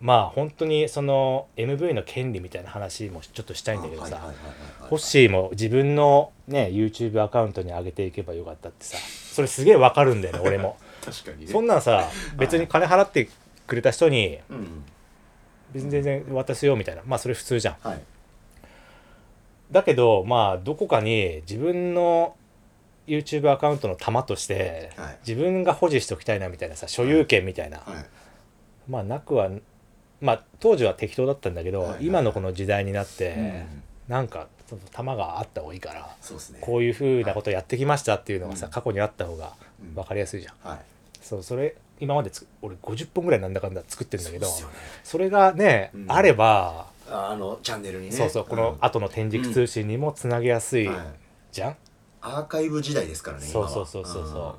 B: まあ本当にその MV の権利みたいな話もちょっとしたいんだけど
A: あ
B: さ
A: はいはいはいはいはい
B: ホッシーも自分のね YouTube アカウントに上げていけばよかったってさそれすげえわかるんだよね 俺も
A: 確かにね
B: そんなんさ別に金払ってくれた人に
A: うん
B: 別に全然渡すよみたいなまあそれ普通じゃん
A: はい
B: だけどまあどこかに自分の YouTube アカウントの玉として、
A: はい
B: 自分が保持しておきたいなみたいなさ所有権みたいな、
A: はい
B: まあなくはまあ当時は適当だったんだけど、
A: はいはい
B: 今のこの時代になって、
A: うん
B: なんかその玉があった方がいいから
A: そうですね
B: こういうふうなことをやってきましたっていうのがさ、
A: うん
B: 過去にあった方が分かりやすいじゃん、
A: はい
B: そうそれ今までつく俺50本ぐらいなんだかんだ作ってるんだけど
A: そうっすよね
B: それがね、
A: うん
B: あれば
A: ああのチャンネルにね
B: そうそうこの
A: あ
B: 後の天軸通信にもつなげやすい
A: はい
B: じゃん、
A: アーカイブ時代ですからね
B: そうそうそうそうそう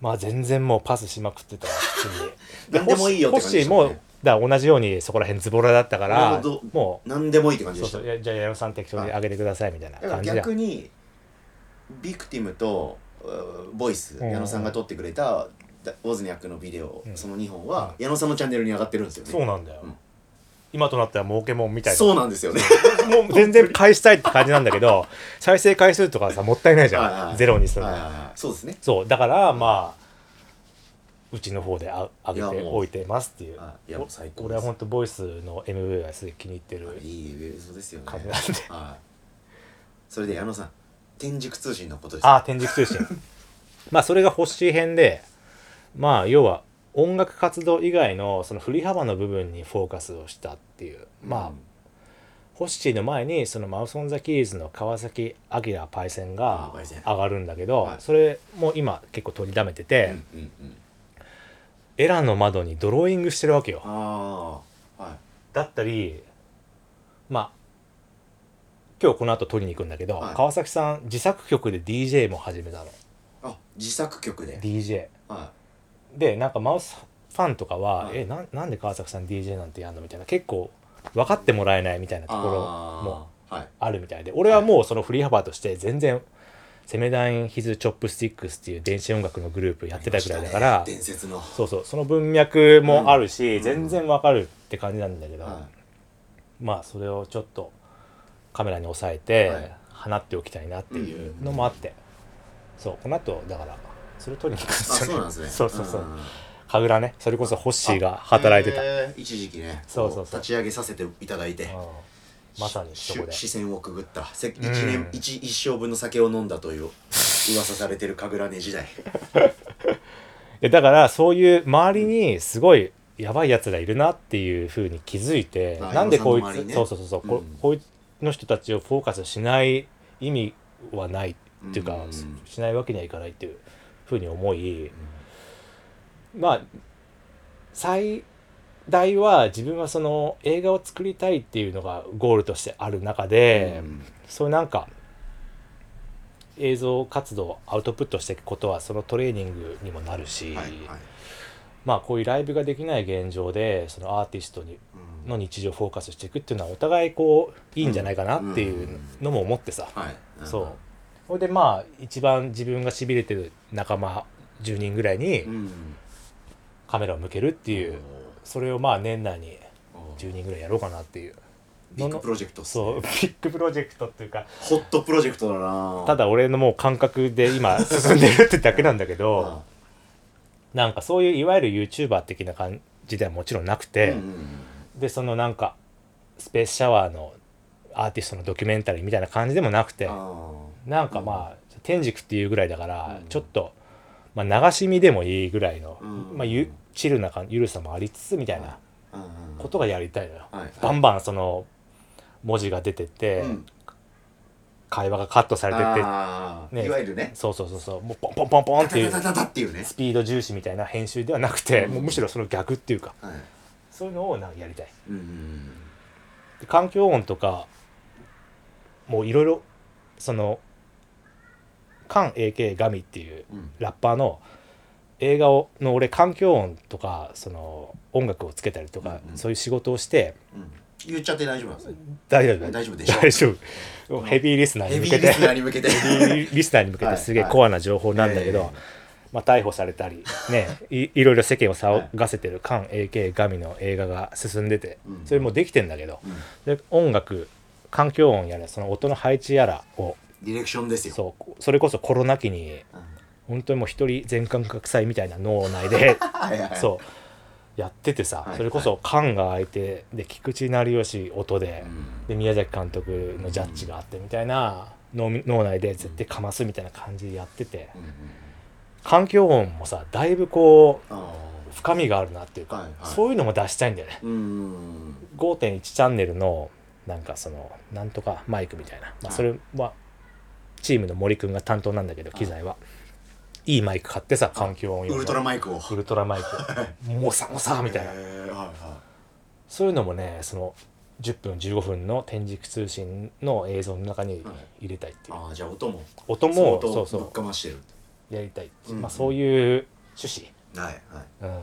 B: まあ全然もうパスしまくってたわ普通に
A: 何でもいいよって
B: ホッ
A: 感じ
B: シ
A: で
B: ー
A: したもん
B: も
A: ね
B: だから同じようにそこら辺ズボラだったか
A: な
B: ら
A: るほど
B: も
A: うん何でもいいって感
B: う
A: じでした
B: そうそういやじゃあ矢山さん適当に上げてくださいみたいな
A: だから
B: 感じだ
A: 逆にビクティムとうーボイス
B: うん
A: 矢野さんが撮ってくれただウォズニャックのビデオ、
B: うん
A: その2本は矢野さんのチャンネルに上がってるんですよね
B: そうなんだよ、
A: うん
B: 今となっては儲けもんみたいな
A: そうなんですよね
B: もう全然返したいって感じなんだけど 再生回数とかさもったいないじ
A: はいはい
B: ゃ
A: は
B: ん
A: い
B: ゼロにするの
A: はいはいはいそうですね
B: そうだからまあうちの方であ上
A: い
B: げ
A: や
B: て
A: もう
B: おいてますっていう
A: あいやもう最高です
B: 俺は本当ボイスの MV がすげえ気に入ってる
A: いい映像ですよね
B: 感じなんで
A: はいそれで矢野さん天竺通信のことです
B: ああ天竺通信 まあそれが星編でまあ要は音楽活動以外のその振り幅の部分にフォーカスをしたっていうまあ、
A: うん
B: ホッシーの前にそのマウソン・ザ・キーズの川崎明パイセン
A: あ
B: が
A: パイセン
B: 上がるんだけど、
A: はい
B: それも今結構取りだめて
A: う
B: て、
A: んうんうん
B: エラの窓にドローイングしてるわけよ
A: ああはい
B: だったりまあ今日この後取りに行くんだけど、
A: はい
B: 川崎さん自作曲で DJ も始めたの
A: あ自作曲で
B: DJ
A: は
B: でなんかマウスファンとかは「
A: はい
B: えなんなんで川崎さん DJ なんてやんの?」みたいな結構分かってもらえないみたいないところも
A: あーはい
B: あるみたいで俺はもうその振り幅として全然「セメダイン・ヒズ・チョップスティックス」っていう電子音楽のグループやってたぐらいだから、
A: 伝説の
B: そうそうその文脈もあるし、
A: ん
B: 全然わかるって感じなんだけど、
A: は
B: まあそれをちょっとカメラに押さえて、
A: はい
B: 放っておきたいなっていうのもあって、そうこの後だからそれ取りに行くんで
A: あ
B: すよね
A: そうなんですね
B: そうそうそうん
A: んん
B: 神楽ねそれこそホッシーが働いてた、
A: えー一時期ね
B: そうそうそ
A: 立
B: う
A: ち上げさせていただいて
B: うんまさにそこで
A: し視線をくぐったせ一
B: う
A: 年
B: ん
A: 一一生分の酒を飲んだという噂されてる神楽根時代
B: でだからそういう周りにすごいやばいやつらいるなっていうふうに気づいて、
A: まあ
B: なんでこい
A: 山さんの周りに
B: つ、
A: ね
B: そうそうそうそう、こ
A: うん
B: こいつの人たちをフォーカスしない意味はないっていうか、
A: うん
B: ししないわけにはいかないっていうふうに思い、まあ最大は自分はその映画を作りたいっていうのがゴールとしてある中で、
A: うん
B: そういうなんか映像活動をアウトプットしていくことはそのトレーニングにもなるし、
A: はいはい
B: まあこういうライブができない現状でそのアーティストに
A: うん
B: の日常をフォーカスしていくっていうのはお互いこういいんじゃないかなっていうのも思ってさ、
A: はい
B: そうそれでまあ一番自分がしびれてる仲間10人ぐらいに
A: うん
B: カメラを向けるっていうそれをまあ年内に
A: おーおー
B: 10人ぐらいやろうかなっていう
A: ビッグプロジェクトっすね
B: そうビッグプロジェクトっていうか
A: ホットプロジェクトだな
B: ただ俺のもう感覚で今進んでるってだけなんだけ
A: うん
B: どなんかそういういわゆる YouTuber 的な感じではもちろんなくて。
A: うんうん
B: でそのなんかスペースシャワーのアーティストのドキュメンタリーみたいな感じでもなくて
A: あ
B: なんかまあ、天竺っていうぐらいだから、
A: うん
B: ちょっと、まあ、流し見でもいいぐらいの、
A: うん
B: まあ、ゆチルな感ゆるさもありつつみたいな
A: ーうんうん
B: ことがやりたいのよ。
A: はい
B: バンバンその文字が出てって、
A: うん
B: 会話がカットされてって
A: あー
B: ね
A: いわゆるね
B: そうそうそうそうもうポンポンポンポンっていう
A: タタタタタっていうね
B: スピード重視みたいな編集ではなくて、
A: うん
B: もうむしろその逆っていうか
A: はい
B: そういうのをなんかやりたい。
A: うんうんうん
B: で環境音とかもういろいろそのカン AK ガミっていう
A: うん
B: ラッパーの映画をの俺環境音とかその音楽をつけたりとか、
A: うんうん
B: そういう仕事をして
A: うん言っちゃって大丈夫なんですね
B: 大丈夫
A: 大丈夫でしょ
B: 大丈夫ヘビーリスナーに
A: ヘ
B: 向
A: ビ
B: け
A: ー
B: て
A: リスナーに向けて
B: ヘビーリスナーに向け
A: はい
B: てすげえコアな情報なんだけど、
A: はい
B: まあ、逮捕されたりねい いろいろ世間を騒がせてるカン AK ガミの映画が進んでて
A: うん
B: それもうできてんだけど、
A: うん
B: で音楽環境音やらその音の配置やらを
A: ディレクションですよ
B: そうそれこそコロナ期に
A: うん
B: 本当にもう一人全感覚祭みたいな脳 内で
A: はいはいはい
B: そうやっててさ、
A: はい
B: それこそ缶が開いてで菊池成吉音で,、
A: うん
B: で宮崎監督のジャッジがあってみたいな脳み脳内で絶対かますみたいな感じでやってて
A: うんうん
B: 環境音もさだいぶこう
A: あ
B: 深みがあるなっていうか、
A: はいはい
B: そういうのも出したいんだよね。
A: ーうん
B: 5.1チャンネルのなんかそのなんとかマイクみたいな、ま
A: はい
B: あ、それはチームの森くんが担当なんだけど機材はいいマイク買ってさ環境音用
A: ウ
B: の
A: ルトラマイクを
B: ウルトラマイクもさもさみたいな
A: へーはいは
B: そういうのもねその10分15分の天軸通信の映像の中に入れたいっていう、
A: ああじゃあ音も
B: 音も
A: 相当
B: そうそ
A: ぶっかましてる
B: うやりたいっていう、
A: うん
B: まあ、そういう趣旨
A: はいはい
B: うん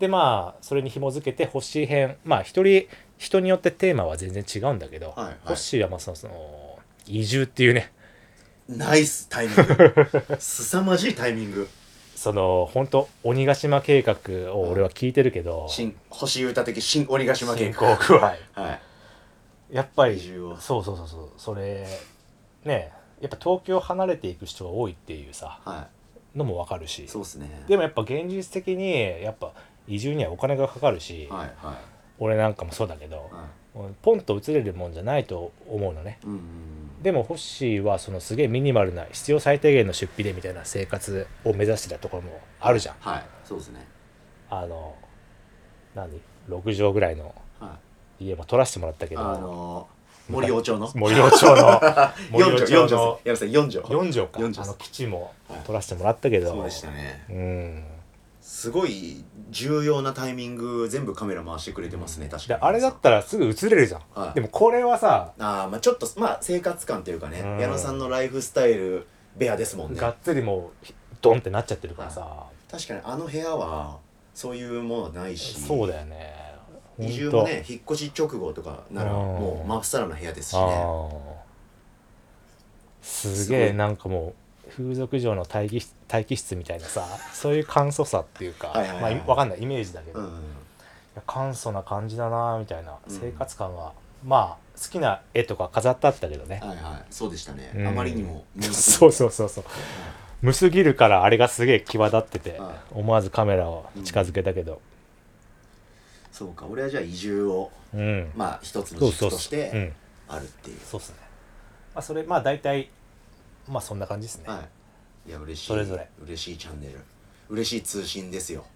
B: でまあそれに紐づけて星編まあ一人人によってテーマは全然違うんだけど、
A: はいはい
B: 星はまあそのその移住っていうね
A: ナイスタイミング 凄まじいタイミング
B: その本当鬼ヶ島計画を俺は聞いてるけど、
A: 新星優太的新鬼ヶ島
B: 進
A: 県
B: 行具合
A: はい
B: やっぱ
A: 移
B: り
A: 住を
B: そうそうそうそうそれねやっぱ東京離れていく人が多いっていうさ
A: は
B: のもわかるし
A: いそうですね
B: でもやっぱ現実的にやっぱ移住にはお金がかかるし、
A: はいは
B: 俺なんかもそうだけど
A: い、は
B: ポンと移れるもんじゃないと思うのね
A: いうんうん
B: でもホッシーはそのすげえミニマルな必要最低限の出費でみたいな生活を目指してたところもあるじゃん
A: はいそうですね
B: あの何6畳ぐらいの
A: は
B: 家も取らせてもらった
A: い
B: け
A: あ
B: ど
A: のー森王朝の
B: 森尾町の 森
A: 四
B: 尾
A: 条四
B: 町
A: 条
B: の
A: ですね矢部さん4条
B: 4畳か
A: 四畳
B: あの基地も
A: はい
B: 取らせてもらったけど、
A: そうでしたね
B: うん
A: すごい重要なタイミング全部カメラ回してくれてますね確かに
B: であれだったらすぐ移れるじゃん、
A: はい
B: でもこれはさ
A: あーまあちょっとまあ生活感というかね
B: うん
A: 矢野さんのライフスタイルベアですもんね
B: がっつりもうドンってなっちゃってるからさ
A: 確かにあの部屋はそういうものはないし
B: そうだよね
A: 移住
B: ほ
A: も
B: んと
A: ね引っ越し直後とかなら
B: うん
A: もう真っさらな部屋ですしね
B: ああすげ
A: す
B: え
A: ごい
B: なんかもう風俗嬢の待機室待機室みたいなさそういう簡素さっていうか
A: はいはいはい
B: まあいわかんないイメージだけど、
A: う
B: い
A: ん
B: や簡素な感じだなみたいな
A: うん
B: 生活感は、まあ好きな絵とか飾ってあったけどね、
A: はいはいそうでしたね
B: うん
A: あまりにも
B: そうそうそうそう無すぎるからあれがすげえ際立ってて、
A: はい
B: 思わずカメラを近づけたけど
A: そうか俺はじゃあ移住を
B: うん、
A: まあ一つの
B: そうそ
A: 軸
B: う
A: とし
B: そう、う
A: て
B: ん、
A: あるっていう
B: そうっすねまあそれまあ大体まあそんな感じですね、
A: はいいや嬉しい
B: それぞれ
A: 嬉しいチャンネル嬉しい通信ですよ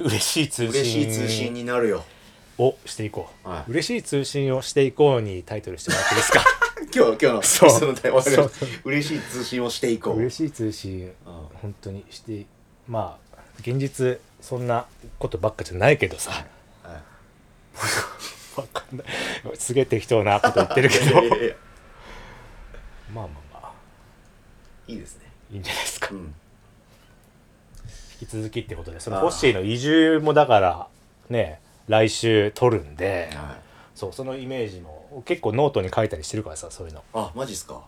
B: 嬉しい通信
A: 嬉しい通信になるよ
B: をしていこう、
A: はい
B: 嬉しい通信をしていこうにタイトルしてもらっていいですか
A: 今日今日の
B: そう
A: 質問題わかりました
B: そう
A: 嬉しい通信をしていこう
B: 嬉しい通
A: う
B: 信
A: ん
B: 本当にしてまあ現実そんなことばっかじゃないけどさ
A: はい
B: わかんないすげえ適当なこと言ってるけ
A: い
B: ど
A: やいやいや
B: まあまあま
A: いいですね
B: あいいんじゃないですか
A: うん
B: 引き続きってことでそ
A: あ
B: の
A: ー
B: ホッシーの移住もだからね来週撮るんで
A: はい
B: そうそのイメージも結構ノートに書いたりしてるからさそういうの
A: あマジっすか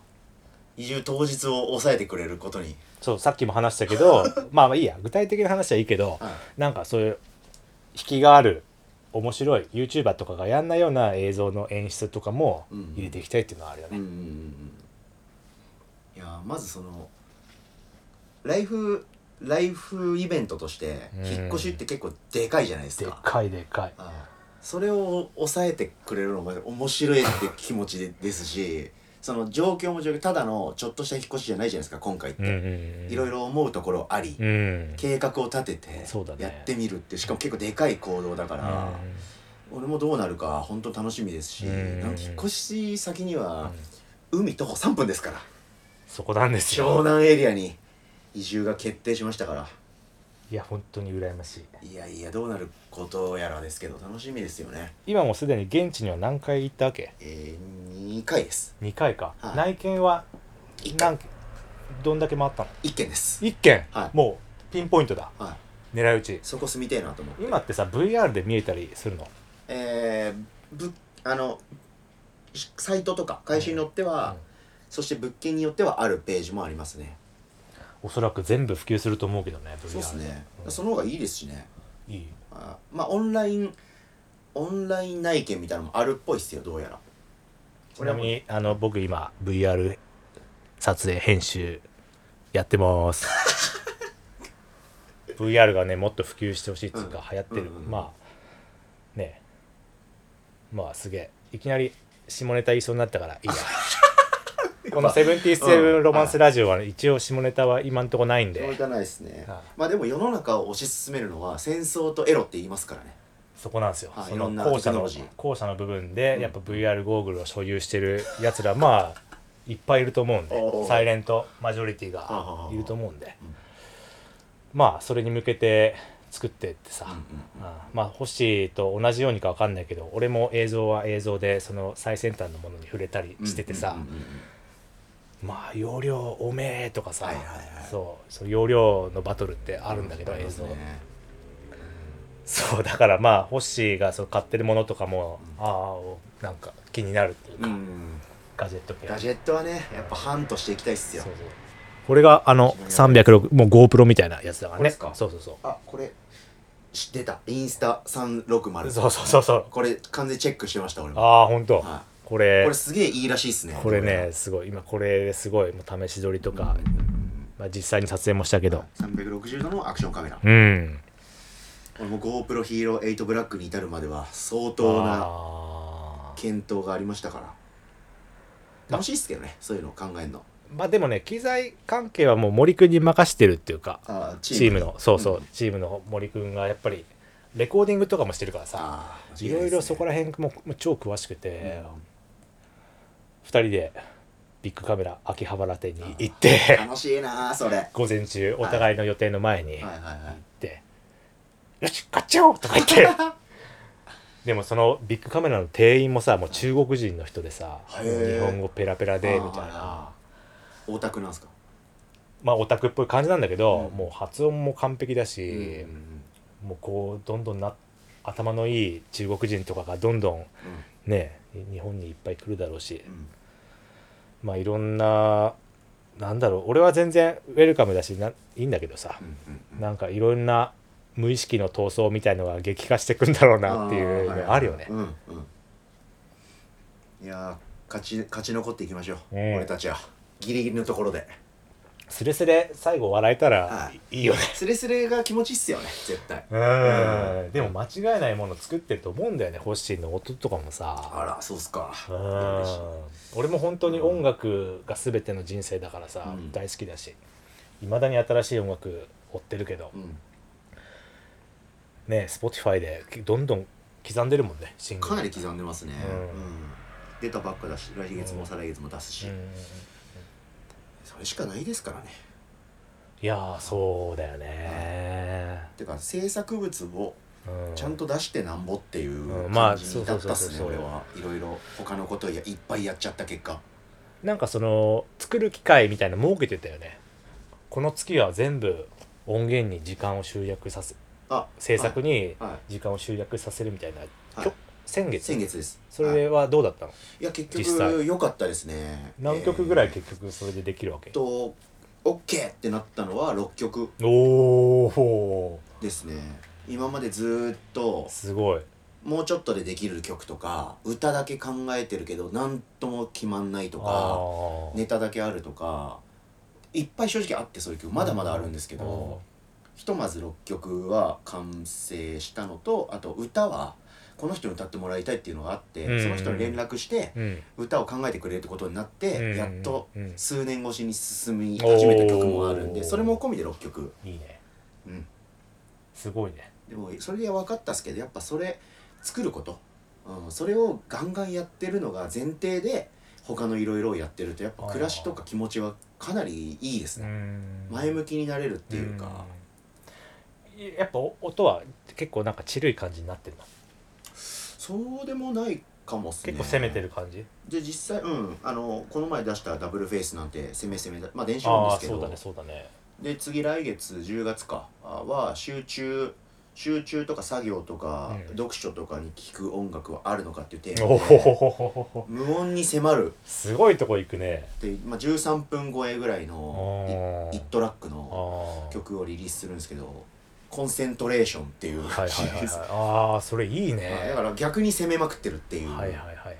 A: 移住当日を抑えてくれることに
B: そうさっきも話したけどまあまあいいや具体的な話はいいけど、
A: はい
B: なんかそういう引きがある面白い YouTuber とかがやんないような映像の演出とかも
A: うん
B: 入れていきたいっていうのはあるよ
A: うんうん
B: ね
A: うんうんいやまずそのライフライフイベントとして
B: うん
A: 引っ越しって結構でかいじゃないです
B: でっ
A: か
B: かいでっかい
A: ああそれを抑えてくれるのが面白いって気持ちでですしその状況も状況ただのちょっとした引っ越しじゃないじゃないですか今回って、
B: うんうんうん
A: いろいろ思うところあり、
B: うん
A: 計画を立てて
B: そうだね
A: やってみるって、しかも結構でかい行動だから、俺もどうなるか本当楽しみですし、
B: うん
A: なんか引っ越し先に
B: うん
A: は海徒歩3分ですから
B: そこなんです
A: 湘
B: よ
A: 南エリアに移住が決定しましたから
B: いや本当に羨ましい
A: いやいやどうなることやらですけど楽しみですよね
B: 今もうすでに現地には何回行ったわけ
A: えー、2回です
B: 2回か、
A: はい
B: 内見は
A: 一回
B: 何件どんだけ回ったの
A: 1件です
B: 1件、
A: はい
B: もうピンポイントだ
A: はい
B: 狙い撃ち
A: そこ住みてえなと思って
B: 今ってさ VR で見えたりするの
A: えー、ぶあのしサイトとか会社によっては、
B: うん
A: そして物件によってはあるページもありますね
B: おそらく全部普及すると思うけどね VR
A: そうですね、
B: うん
A: その方がいいですしね
B: いい
A: あまあオンラインオンライン内見みたいなのもあるっぽいっすよどうやら
B: ち
A: 俺
B: な
A: はも
B: み
A: う
B: にあの僕今 VR 撮影編集やってます VR がねもっと普及してほしいっていうか、
A: うん
B: 流行ってる、
A: うんうんうん
B: まあねえまあすげえいきなり下ネタ言いそうになったからい いやこの「セブンティース・セブン・ロマンス・ラジオ」はね一応下ネタは今んとこないんで、
A: そういかないですね
B: はい
A: まあでも世の中を推し進めるのは戦争とエロって言いますからね
B: そこなんですよ、
A: はい
B: そ
A: いろんな
B: の後
A: テ
B: 者
A: クノ
B: の
A: ロジー
B: 後者の部分でやっぱ VR ゴーグルを所有してるやつらまあ いっぱいいると思うん
A: おう
B: でサイレントマジョリティ
A: あああ
B: が
A: あ
B: いると思うんで
A: うん
B: まあそれに向けて作ってってさ、
A: うんうんうん
B: あまあ星と同じようにか分かんないけど俺も映像は映像でその最先端のものに触れたりしててさ、
A: うんうんうんうん
B: まあ容量おめえとかさ、
A: はいはいはい
B: そうその容量のバトルってあるんだけど、映像、
A: ね
B: そうだからまあ星がそう買ってるものとかも、ああなんか気になるっていう
A: う
B: か、
A: ん
B: ガジェット系
A: ガジェットはねやっぱハンとしていきたいっすよ
B: そうそうこれがあの306もう GoPro みたいなやつだから
A: これっ
B: ね
A: すか
B: そうそうそう
A: あこれ知ってたインスタ360
B: そうそうそうそう
A: これ完全にチェックしてました俺も
B: ああほんと
A: は
B: こ
A: い
B: れ
A: これすげえいいらしいっすね
B: これねすごい今これですごいもう試し撮りとか、まあ、実際に撮影もしたけど
A: 360度のアクションカメラ
B: うん
A: 俺も GoPro ヒーロー8ブラックに至るまでは相当な
B: あー
A: 検討がありましたから楽しいっすけどねそういうのを考えるの
B: まあでもね機材関係はもう森くんに任してるっていうか
A: あーチ
B: チームのそうそう、チームの森くんがやっぱりレコーディングとかもしてるからさ
A: あー
B: いろいろそこら辺ももう超詳しくて、二2人でビッグカメラ秋葉原店に
A: 間違いない
B: 行っ
A: っすね
B: て
A: 楽しいなーそれはい
B: 午前中お互いの予定の前に行
A: はい
B: っ
A: はい
B: て「よし買っちゃおう!」とか言ってでもそのビッグカメラの店員もさもう中国人の人でさ
A: へー
B: 日本語ペラペラでみたいな
A: あーオタクなんすか
B: まあオタクっぽい感じなんだけど、
A: うん
B: もう発音も完璧だし
A: うん、
B: もうこうどんどんな頭のいい中国人とかがどんどんね日本にいっぱい来るだろうし
A: うんうん
B: まあいろんななんだろう俺は全然ウェルカムだしないいんだけどさ
A: う、んうんうん
B: なんかいろんな無意識の闘争みたいのが激化してくんだろうなっていう
A: あー
B: のあるよね
A: はい。はいうんうんいやー勝ち勝ち残っていきましょう、
B: うん
A: 俺たちはギリギリのところで
B: スレスレ最後笑えた
A: は
B: らいいよね。
A: スレスレが気持ちいいっすよね絶対
B: うんでも間違いないもの作ってると思うんだよねホッシーの音とかもさ。
A: あらそうっすか
B: うん
A: 嬉しい
B: 俺も本当に音楽が全ての人生だからさ、
A: うん
B: 大好きだしいまだに新しい音楽追ってるけど、
A: うん
B: ね Spotify でどんどん刻んでるもんねシングル
A: かなり刻んでますね、
B: うん
A: うん出たばっかだし来月も再来月も出すし、
B: うん
A: それしかないですからね
B: いやーそうだよね、
A: てか制作物を
B: う
A: ちゃんと出してなんぼっていううん
B: ま
A: 感
B: あ
A: じだったっ
B: そうそう
A: す
B: そう
A: ね
B: そ
A: 俺
B: う
A: はいろいろ他のことをいっぱいやっちゃった結果
B: なんかその作る機会みたいなの設けてたよねこの月は全部音源に時間を集約させ
A: あ
B: 制作に
A: はい、は
B: 時間を集約させるみたいな、
A: い
B: きょ先
A: い、
B: 月
A: 先月です
B: そ
A: はい
B: れはどうだったの、
A: いや結
B: 実
A: 局
B: 際
A: 良かったですね
B: 何曲ぐらい
A: えー
B: 結局それでできるわけ、
A: えっと OK ってなったのは6曲
B: おお
A: ですね今までずーっと
B: すごい
A: もうちょっとでできる曲とか歌だけ考えてるけど何とも決まんないとか
B: あー
A: ネタだけあるとかいっぱい正直あってそういう曲まだまだあるんですけどひとまず6曲は完成したのとあと歌はこの人に歌ってもらいたいっていうのがあって、
B: うん
A: その人に連絡して
B: うんうん
A: 歌を考えてくれるってことになって、
B: うん
A: やっと
B: うん
A: 数年越しに進み始めた曲もあるんで
B: おー
A: それも込みで6曲、
B: いいね
A: うん、
B: すごいね
A: でもそれで分かったっすけどやっぱそれ作ること、うん、それをガンガンやってるのが前提で他のいろいろをやってるとやっぱ暮らしとか気持ちはかなりいいですね前向
B: きっ
A: きになれるっていうか、
B: やっぱ音は結構なんかちるい感じになってるの
A: そうでもないかもっすね
B: 結構攻めてる感じ
A: で実際うんあのこの前出したダブルフェイスなんて攻め攻めだまあ電子音
B: あ
A: で
B: あ
A: すけど
B: そうだねそうだね
A: で次来月10月かあは集中集中とか作業とか、
B: うん
A: 読書とかに聴く音楽はあるのかっていうテー
B: お
A: マで
B: お
A: 無音に迫る
B: すごいとこ行くね
A: って、まあ、13分超えぐらいの
B: あ
A: 1トラック
B: あ
A: の
B: ー
A: 曲をリリースするんですけどコンセントレーションっていう
B: はいはいはい、
A: シリーズ
B: はい、ああそれいいね
A: はいだから逆に攻めまくってるっていう、
B: はいはいはいはい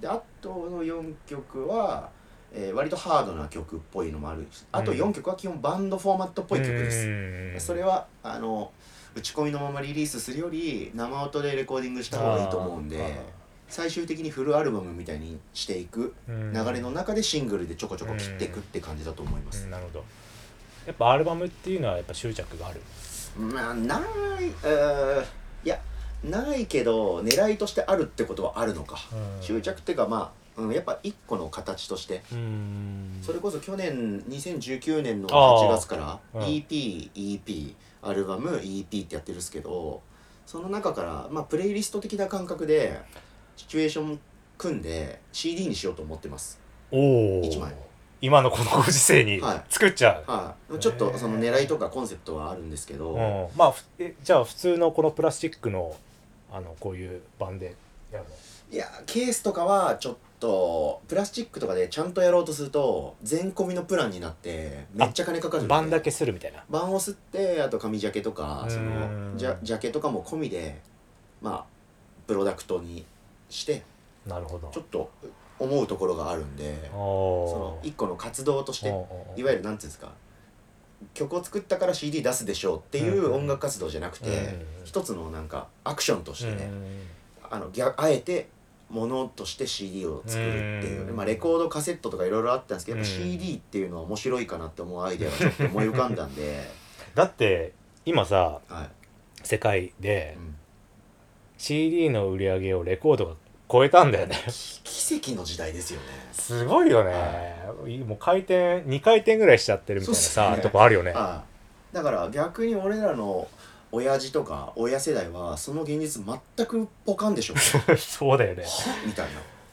A: であとの4曲は、えー割とハードな曲っぽいのもあるしあと
B: うん
A: 4曲は基本バンドフォーマットっぽい曲です、
B: す
A: それはあの打ち込みのままリリースするより生音でレコーディングした方がいいと思うんで最終的にフルアルバムみたいにしていく
B: 流
A: 流れの中でシングルでちょこちょこ切っていくって感じだと思います、
B: なるほどやっぱアルバムっていうのはやっぱ執着がある
A: まあない、えーいやないけど狙いとしてあるってことはあるのか、
B: うん
A: 執着っていうかまあうん、やっぱ一個の形として
B: うん
A: それこそ去年2019年の
B: あー
A: 8月から
B: うん
A: EPEP、EP アルバム EP ってやってるんですけどその中から、まあ、プレイリスト的な感覚でシチュエーション組んで CD にしようと思ってます、
B: おお
A: 一枚
B: 今のこのご時世に
A: はい
B: 作っちゃう、
A: はい、ちょっ
B: へ
A: と
B: ー
A: その狙いとかコンセプトはあるんですけど、
B: うん、まあふえじゃあ普通のこのプラスチックのあのこういう版でやるの
A: いやケースとかはちょっとプラスチックとかでちゃんとやろうとすると全込みのプランになってめっちゃ金かかるんで
B: 版だけするみたいな
A: 版を吸ってあと紙ジャケとか
B: うん
A: そのジャジャケとかも込みでまあプロダクトにして
B: なるほど
A: ちょっと思うところがあるんでそ
B: お
A: の一個の活動としていわ
B: ゆる
A: ゆるなんていうんですか曲を作ったから CD 出すでしょうってい
B: うん
A: う
B: うん
A: 音楽活動じゃなくて一つのなんかアクションとしてねあのぎゃあえてものとして CD を作るっていう
B: うん
A: まあレコードカセットとかいろいろあったんですけどやっぱ
B: うん
A: CD っていうのは面白いかなって思うアイデアがちょっと思い浮かんだんで
B: だって今さ
A: はい。
B: 世界で
A: うん
B: CD の売り上げをレコードが超えたんだよね
A: 奇跡の時代ですよね。
B: すごいよね、もう回転2回転ぐらいしちゃってるみたいな
A: そう
B: さ、
A: っすね
B: とこあるよね
A: ああだから逆に俺らの親父とか親世代はその現実全くポカンでしょ
B: そ う だよね
A: はみたい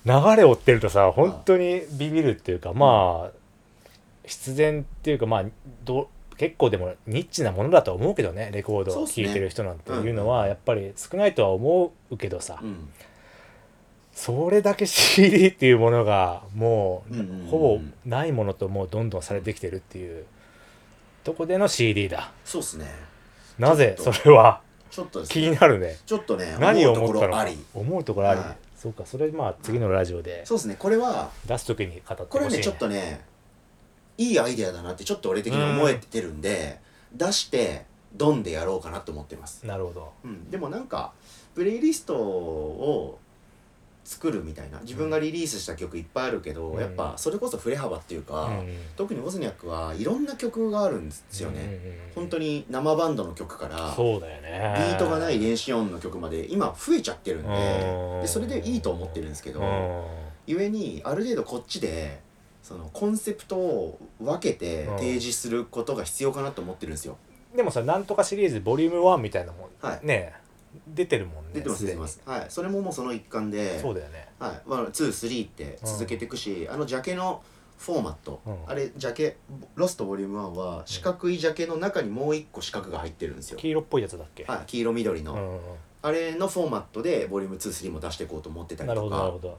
A: な。
B: 流れ追ってるとさ本当にビビるっていうかまあ必然っていうかまあど結構でもニッチなものだとは思うけどねレコード
A: そう
B: を
A: っすね
B: 聴いてる人なんていうのはやっぱり少ないとは思うけどさ、
A: うん
B: それだけ CD っていうものがも
A: うんうんう
B: うんほぼないものともうどんどんされてきてるっていうとこでの CD だ
A: そうっすね。
B: なぜ
A: ちょ
B: そ
A: っと
B: れは
A: ちょっとです
B: 気
A: ね。
B: になるね
A: ちょっとね
B: 何を
A: 思
B: 思
A: う
B: っ
A: とこ
B: たの
A: ろ
B: か
A: あり。
B: 思うところあり、
A: はい
B: そうかそれまあ次のラジオで
A: そうですねこれは
B: 出す時に語ってほしい、ね、
A: これはねちょっとねいいアイデアだなってちょっと俺的に思えてるんで、出してドンでやろうかなと思ってます。
B: なるほど
A: うん、でもなんかプレイリストを作るみたいな自分がリリースした曲いっぱいあるけど、
B: うん
A: やっぱそれこそ振れ幅っていうか、
B: うん
A: 特にウォズニャックはいろんな曲があるんですよね、本当
B: に
A: に生バンドの曲から
B: そうだよね
A: ビートがない電子音の曲まで今増えちゃってるんで
B: うん
A: でそれでいいと思ってるんですけ
B: う
A: ど
B: ん
A: 故にある程度こっちでそのコンセプトを分けて
B: うん
A: 提示することが必要かなと思ってるんですよ。
B: でもさなんとかシリーズボリューム1みたいなもん、
A: はい
B: ね出てるもん
A: 出
B: ね
A: てます
B: す
A: 出
B: で
A: て
B: に
A: ます。はい、それももうその一環で
B: そうだよね
A: はいまあ、23って続けていくし、あのジャケのフォーマット、
B: うん
A: あれジャケロストボリューム1は四角いジャケの中にもう一個四角が入ってるんですよ、
B: 黄色っぽいやつだっけ、
A: はい、黄色緑の、
B: うんうんうん
A: あれのフォーマットでボリューム23も出していこうと思ってたり
B: なる
A: と
B: ほどなる
A: か
B: ほど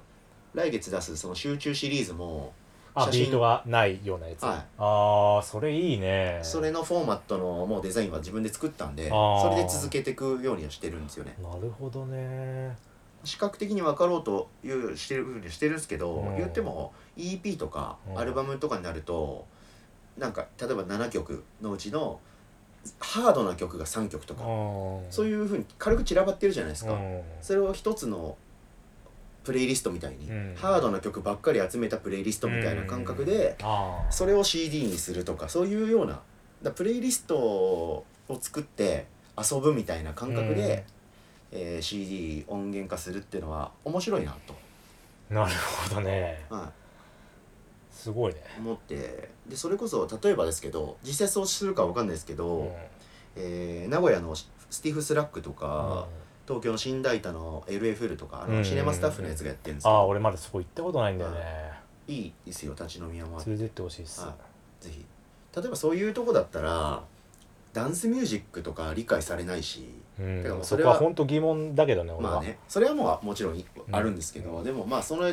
A: 来月出すその集中シリーズも、
B: あ
A: 写真
B: ビートがないようなやつ、
A: はい
B: ああそれいいね
A: それのフォーマットのもうデザインは自分で作ったんで
B: あー
A: それで続けていくようにはしてるんですよね
B: なるほどね
A: 視覚的に分かろうというしてるふうにしてるんですけど、
B: うん
A: 言っても EP とか
B: うん
A: アルバムとかになると、なんか例えば7曲のうちのハードな曲が3曲とか、そう
B: い
A: いうふうに軽く散らばってるじゃないですか、
B: ん、
A: それを一つのプレイリストみたいに、
B: うん
A: ハードな曲ばっかり集めたプレイリストみたいな感覚で、
B: あー
A: それを CD にするとかそういうようなだプレイリストを作って遊ぶみたいな感覚で、えー CD 音源化するっていうのは面白いな
B: なるほどね
A: と、は
B: すごいね、
A: い、思ってでそれこそ例えばですけど実際そうするかわかんないですけど、
B: うん
A: えー名古屋のスティーフ・スラックとか、東京の新大田の LFL とかあ
B: う
A: の
B: ん
A: シネマスタッフのやつがやってるんです
B: あ
A: よ、
B: あ俺まだそこ行ったことないんだよね、
A: いいですよ立ち飲み屋もあって
B: 連れてってほしいっす、
A: はいぜひ例えばそういうとこだったらダンスミュージックとか理解されないし
B: うん
A: てかもう
B: そ
A: それ
B: こ
A: は
B: は本当疑問だけどね俺は、
A: まあねそれはもうもちろんい
B: うん
A: あるんですけど、でもまあその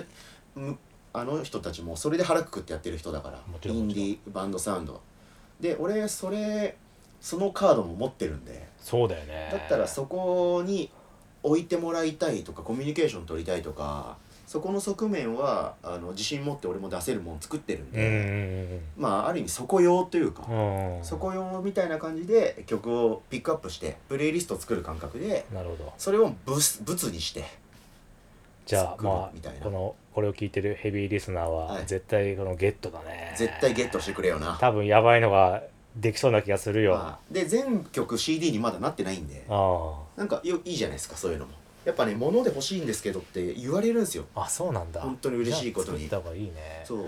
A: むあの人たちもそれで腹くくってやってる人だから
B: もちろん
A: インディーバンドサウンドで俺それそのカードも持ってるんで
B: そうだよね
A: だったらそこに置いてもらいたいとかコミュニケーション取りたいとかそこの側面はあの自信持って俺も出せるもん作ってるん
B: うんうん
A: で、まあある意味そこ用というか、
B: うんうんうん
A: そこ用みたいな感じで曲をピックアップしてプレイリスト作る感覚で
B: なるほど
A: それをブスブツにして。
B: じゃあ
A: 作る
B: ま
A: みたい
B: あ
A: な
B: このこれを聞いてるヘビーリスナーは
A: はい
B: 絶対このゲットだね、
A: 絶対ゲットしてくれよな
B: 多分やばいのができそうな気がするよ、
A: まあで全曲 CD にまだなってないんで
B: ああ
A: なんかよいいじゃないですかそういうのもやっぱね物で欲しいんですけどって言われるんですよ
B: あそうなんだ
A: 本当に嬉しいことに
B: じゃあ作った方がいいね
A: そう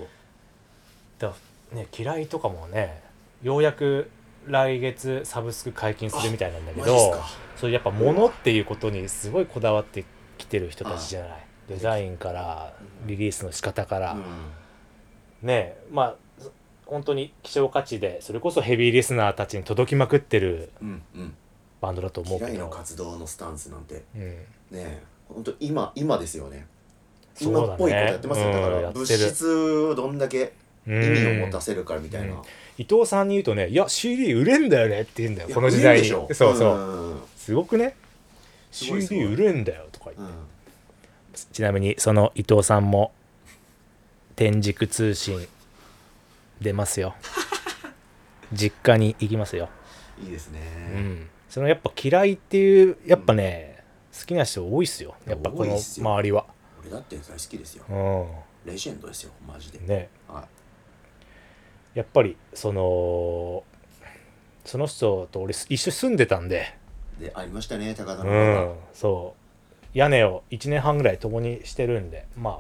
B: だね嫌いとかもねようやく来月サブスク解禁するみたいなんだけ
A: マジっす
B: ど
A: か
B: そうやっぱ物っていうことにすごいこだわってきてる人たちじゃないデザインから
A: うん
B: リリースの仕方から、
A: う
B: ねまあそ本当に希少価値でそれこそヘビーリスナーたちに届きまくってる
A: んうん
B: バンドだと
A: う
B: 思
A: ん
B: うけ
A: 嫌いの
B: ど、
A: 活動のスタンスなんてね
B: うん、
A: え本当今今ですよね
B: そうだね
A: 今っぽいことやってますよだか
B: うんや
A: ら
B: ってる
A: 物質をどんだけ意味を持たせるかみたいな
B: うん伊藤さんに言うとね「いや CD 売れんだよね」って言うんだよ
A: いや
B: この時代
A: 売れる
B: に
A: でしょ
B: そうそう、
A: うん
B: すごくね
A: すごいすごい
B: CD 売れんだよとか言って、
A: うん
B: ちなみにその伊藤さんも天竺通信出ま すよ実家に行きますよ、
A: いいです
B: う
A: ね
B: ん、そのやっぱ嫌いっていうやっぱね、好きな人多いっすよやっぱこ
A: 多い
B: の
A: っすよ
B: 周りは
A: 俺だって大好きですよ
B: うん
A: レジェンドですよマジで
B: ね
A: は
B: やっぱりそのその人と俺一緒に住んでたんで
A: いでありましたね高田の
B: う
A: 方
B: ん
A: が、
B: そう屋根を1年半ぐらい共にしてるんでまあ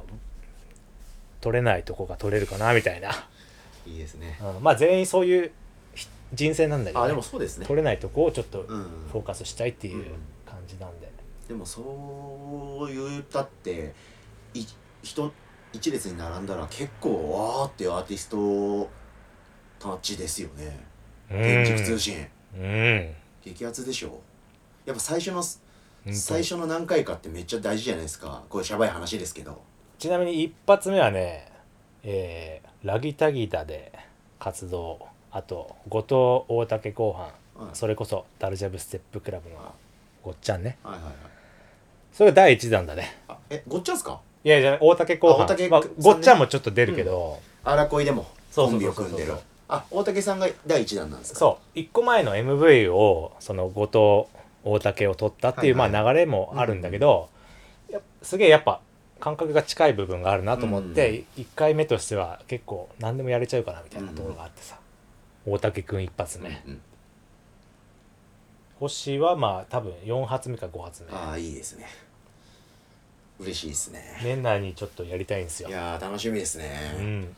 B: 取れないとこが取れるかなみたいな、
A: いいですね
B: うん、まあ全員そういうひ人生なんだけどね、
A: あでもそうですね
B: 取れないとこをちょっと
A: うん
B: フォーカスしたいっていう
A: うん
B: 感じなんで、
A: でもそう言ったってい人一列に並んだら結構わーっていうアーティストたちですよね
B: うん
A: 現実通信
B: うん
A: 激アツでしょやっぱ最初の
B: 本当に
A: 最初の何回かってめっちゃ大事じゃないですかこれしゃばい話ですけど
B: ちなみに一発目はね、えーラギタギタで活動あと後藤大竹後半
A: はい
B: それこそダルジャブステップクラブのごっちゃんね
A: はいはいはい
B: それが第1弾だね
A: あえごっちゃんすか
B: いやいや大竹後
A: あ大竹
B: 半、まあ
A: さんね、
B: ごっちゃんもちょっと出るけど、
A: 荒恋でも
B: そう
A: コン
B: そう
A: ビ
B: そう
A: を
B: そう
A: 組んでるあ大竹さんが第一弾なんですか
B: そう1個前の MV をその後藤大竹を取ったっていう、
A: はいはい
B: まあ、流れもあるんだけど、やっすげえやっぱ感覚が近い部分があるなと思って、1回目としては結構何でもやれちゃうかなみたいなところがあってさ、大竹くん一発目、
A: うんうん
B: 星はまあ多分4発目か5発目
A: ああいいですね嬉しいですね
B: 年内にちょっとやりたいんですよ
A: い、やー楽しみですね、
B: うん、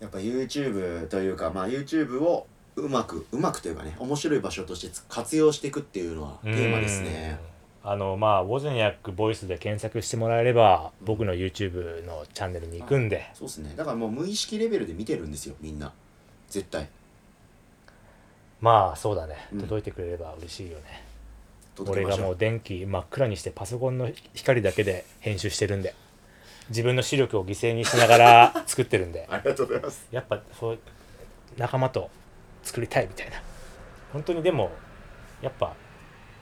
A: やっぱ YouTube というか、まあ、YouTube をうまくうまくというかね面白い場所として活用していくっていうのはテーマですね
B: うん。あのまあウォズニャックボイスで検索してもらえれば僕の YouTube のチャンネルに行くんで、
A: そうですねだからもう無意識レベルで見てるんですよみんな絶対
B: まあそうだね
A: うん
B: 届いてくれれば嬉しいよね、
A: 届
B: 俺
A: けま
B: が
A: しょ
B: も
A: う
B: う電気真っ暗にしてパソコンの光だけで編集してるんで自分の視力を犠牲にしながら 作ってるんで
A: ありがとうございます
B: やっぱそう仲間と作りたいみたいな本当にでもやっぱ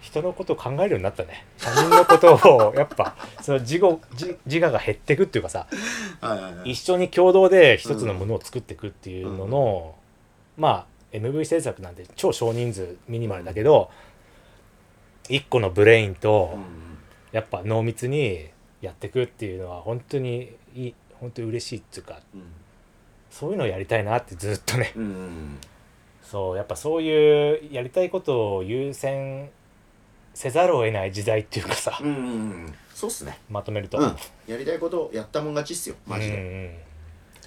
B: 人のことを考えるようになったね他人のことをやっぱその自己自自我が減ってくっていうかさ
A: はいはいは
B: 一
A: い
B: 緒に共同で一つのものを作っていくっていうのの、まあ MV 制作なんて超少人数ミニマルだけど一個のブレイン
A: う
B: と
A: ん
B: やっぱ濃密にやっていくっていうのは本当にいい本当に嬉しいっていうかそういうのをやりたいなってずっとね
A: うんうん
B: そうやっぱそういうやりたいことを優先せざるを得ない時代っていうかさ
A: うんうんうんそうっすね
B: まとめると、
A: うんやりたいことをやったもん勝ちっすよマジ
B: うん
A: で、
B: うん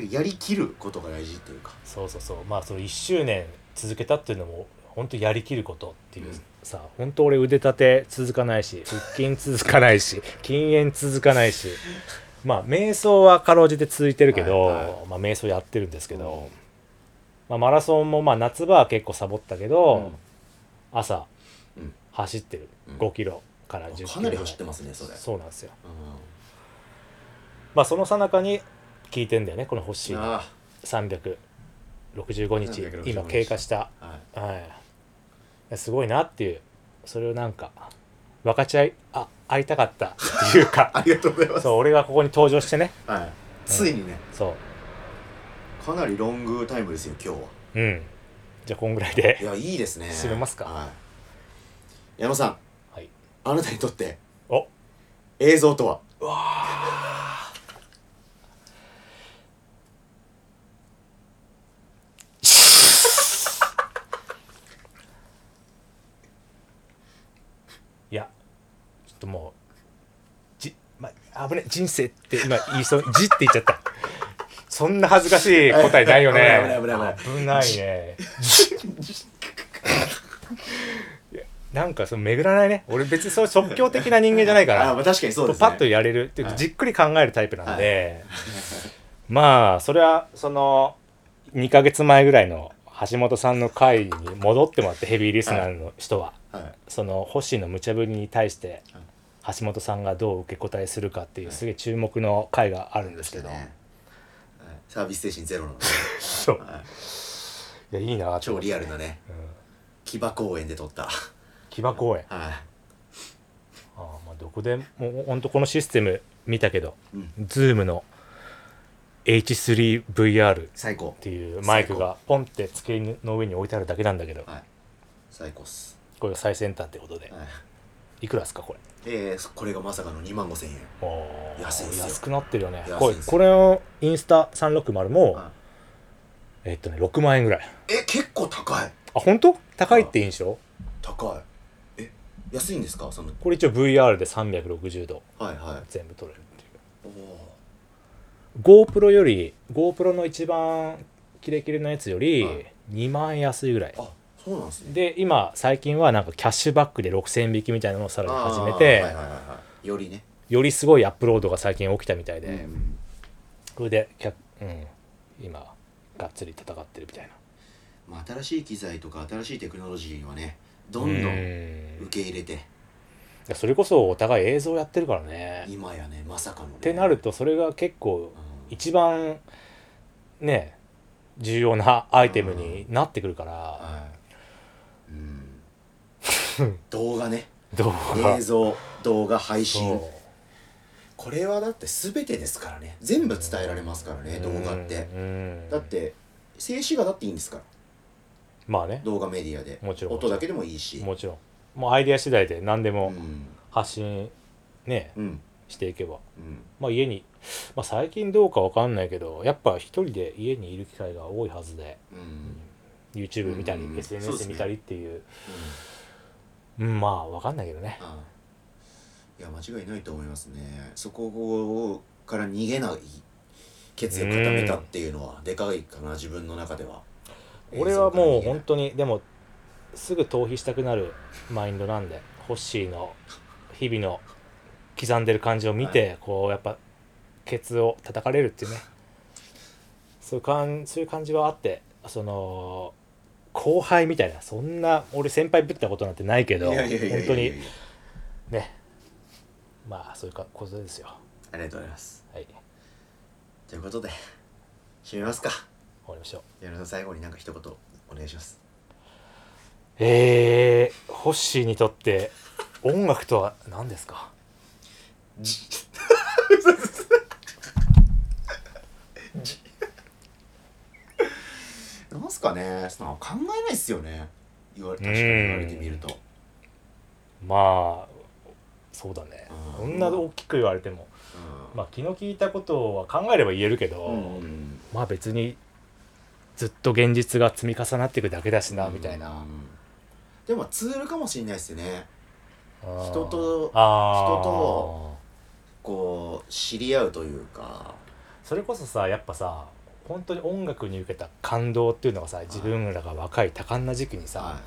A: やりきることが大事っていうか
B: そうそうそうまあその1周年続けたっていうのも本当やりきることっていう、
A: うん
B: さ本当俺腕立て続かないし腹筋続かな いし禁煙続かないしまあ瞑想はかろうじて続いてるけど、
A: はいは
B: まあ、瞑想やってるんですけ
A: うん
B: ど、まあ、マラソンもまあ夏場は結構サボったけど、
A: うん
B: 朝
A: うん
B: 走ってる、
A: うん
B: 5キロから10キロ
A: かなり走ってますねそれ
B: そうなんですよ
A: う
B: まあその最中に聞いてんだよねこの星
A: んあ
B: 365日
A: 365日
B: 今経過した
A: あはい
B: はい、すごいなっていうそれをなんか分かち合いあ会いたかったっていうか
A: ありがとうございます
B: そう俺がここに登場してね
A: はいついにね
B: そ
A: かなりロングタイムですよ今日は
B: ううんじゃあこんぐらい
A: い
B: で、
A: やいいですね
B: 締めますか
A: はい矢野さん
B: はい、
A: あなたにとって
B: お
A: 映像とは
B: いやちょっともう危ね人生って今言いそう じって言っちゃったそんな恥ずかしい答えないよね
A: 危ない
B: 危な いねいやなんかその巡らないね俺別にそう即興的な人間じゃないか
A: あ
B: ら
A: あまあ確かにそうですね
B: パッとやれるっていうか
A: はい
B: じっくり考えるタイプなんで、 まあそれはその2ヶ月前ぐらいの橋本さんの回に戻ってもらってヘビーリスナーの人は、
A: はい
B: その星の無茶ぶりに対して
A: はい
B: 橋本さんがどう受け答えするかっていうすげえ注目の回があるんですけど、
A: ねはいサービス精神ゼロの、
B: そう
A: はい
B: いやいいなと
A: 超
B: 思って
A: リアルなね
B: うん
A: 木場公園で撮った
B: 木場公園
A: は
B: ああまあどこでもほんとこのシステム見たけど
A: い、うん、
B: Zoom の H3VR っ
A: 最高
B: ていうマイクがポンって机の上に置いてあるだけなんだけど
A: はい最高っす、
B: これが最先端ってことで
A: はい、
B: いくらですかこれ
A: でこれがまさかの2万5000円
B: おー
A: 安いですよ
B: 安くなってるよね
A: 安いです
B: これこれのインスタ360も
A: は
B: えっとね6万円ぐらい
A: え結構高い
B: あ本当高いって印象
A: 高いえ安いんですかその
B: これ一応 VR で360度
A: はいはい
B: 全部撮れるっていう
A: おお
B: GoPro より GoPro の一番キレキレのやつより
A: はい
B: 2万円安いぐらい
A: あそうなんですね
B: で今最近はなんかキャッシュバックで6000引きみたいなのをさらに
A: あー
B: 始め
A: はい
B: て
A: はいはいはい、よりね
B: よりすごいアップロードが最近起きたみたいで、
A: うん
B: これでキャ、うん、今がっつり戦ってるみたいな
A: まあ、新しい機材とか新しいテクノロジーはねどんど
B: うんんい
A: 受け入れて
B: やそれこそお互い映像やってるからねっ
A: 今やねまさかのね
B: てなるとそれが結構
A: うん
B: 一番ね重要なアイテムになってくるから、
A: はいうん 動画ね
B: 動画
A: 映像動画配信
B: そ
A: これはだって全てですからね全部伝えられますから
B: う
A: ね動画って
B: うんうん
A: だって静止画だっていいんですから
B: まあね
A: 動画メディアで
B: もちろん
A: 音だけでもいいし
B: もちろんもうアイデア次第で何で
A: う
B: も
A: ん
B: 発信ね
A: うん
B: していけば
A: うん
B: まあ家に、まあ、最近どうかわかんないけどやっぱ一人で家にいる機会が多いはずで
A: うん
B: YouTube 見たり、
A: うんそうです
B: SNS
A: ね
B: 見たりっていううんまあわかんないけどね
A: あいや間違いないと思いますねそこから逃げない決意を固めたっていうのはでかいかな自分の中では
B: 俺はもう
A: 映像から逃げな
B: 本当にでもすぐ逃避したくなるマインドなんでホッシーの日々の刻んでる感じを見て、こうやっぱケツを叩かれるっていうねそういう感そういう感じはあってその後輩みたいなそんな俺先輩ぶったことなんてないけど
A: いや
B: 本
A: いやいやいやいや
B: 当にねまあそういうかことですよ
A: ありがとうございます
B: はい
A: ということで締めますか
B: 終わりましょう
A: 矢野さん最後になんか一言お願いします
B: えー、ホッシーにと って音楽とは何ですか
A: じじなんすかねその考えないっすよね言われ確かに言われてみると
B: まあそうだね
A: うん
B: こんな大きく言われても、
A: うん
B: まあ、気の利いたことは考えれば言えるけど、
A: うん
B: まあ別にずっと現実が積み重なっていくだけだしな、みたいな、
A: うんでもツールかもしれないですよね
B: うん
A: 人と
B: あー
A: 人とこう知り合うというか
B: それこそさやっぱさ本当に音楽に受けた感動っていうのがさ自分らが若い多感な時期にさ、
A: は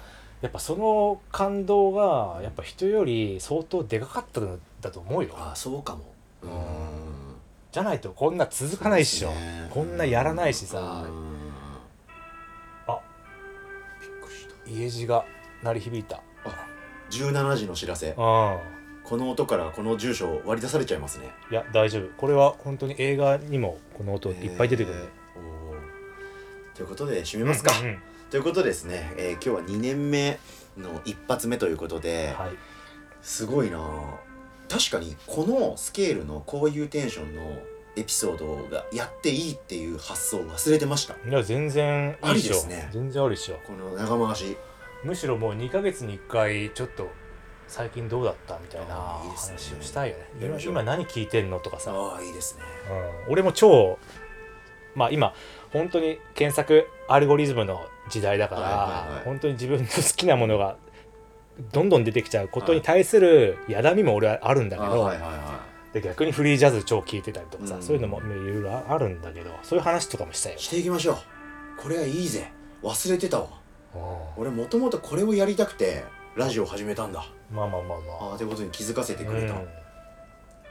B: やっぱその感動がやっぱ人より相当でかかったんだと思う
A: い
B: よ
A: あそうかもうん
B: じゃないとこんな続かないっしょ、
A: そうですね
B: こんなやらないしさ、
A: うん
B: あ
A: びっくりした
B: 家路が鳴り響いた
A: あ17時の知らせ
B: うん
A: この音からこの住所を割り出されちゃいますね
B: いや大丈夫これは本当に映画にもこの音いっぱい出てくる、
A: えーおーということで締めますか、
B: うんうん
A: ということでですね、えー今日は2年目の一発目ということで、
B: はい
A: すごいなあ確かにこのスケールのこういうテンションのエピソードがやっていいっていう発想を忘れてました
B: いや全然いいっし
A: ありで
B: ょ
A: すね
B: 全然ありっしょ
A: この長回し
B: むしろもう2ヶ月に1回ちょっと最近どうだったみたいな
A: あーいいですね
B: 話をしたいよね
A: やりましょう
B: 今何聞いてんのとかさ、うん、
A: ああいいですね
B: 俺も超まあ今本当に検索アルゴリズムの時代だから、
A: はいはいはい
B: 本当に自分の好きなものがどんどん出てきちゃうことに対するやだみも俺はあるんだけど、
A: あーはいはいは
B: でで逆にフリージャズ超聴いてたりとかさ、
A: うん
B: そういうのもいろいろあるんだけどそういう話とかもしたよ
A: していきましょうこれはいいぜ忘れてたわ
B: う
A: 俺もともとこれをやりたくてラジオを始めたんだ
B: んまあまあまあまあ
A: ああということに気づかせてくれた、や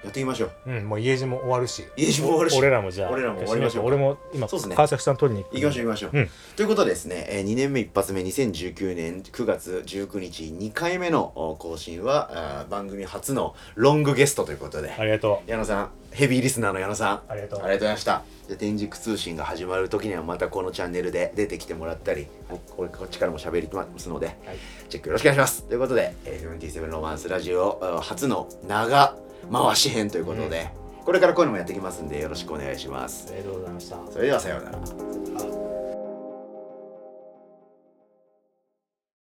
A: っていきましょう
B: うん、うんもう家路も終わるし
A: 家路も終わるし
B: 俺らもじゃあ
A: 俺らも終わりましょう
B: 俺も今
A: そうっすね
B: 川崎さん取りに行く
A: 行きましょう行きましょう、
B: うん
A: ということでですね、え2年目一発目2019年9月19日2回目のお更新はあー番組初のロングゲストということで、
B: ありがと
A: 矢野さんヘビーリスナーの矢野さん
B: うありがとう
A: ありがとうございました。で天竺通信が始まる時にはまたこのチャンネルで出てきてもらったり、こここっちからも喋りますので、
B: はい
A: チェックよろしくお願いします。ということで、えー77ロマンスラジオあ初の長回し編ということで、これからこういうのもやっていきますんでよろしくお願いします。
B: ありがとうございました
A: それではさようなら。
B: あ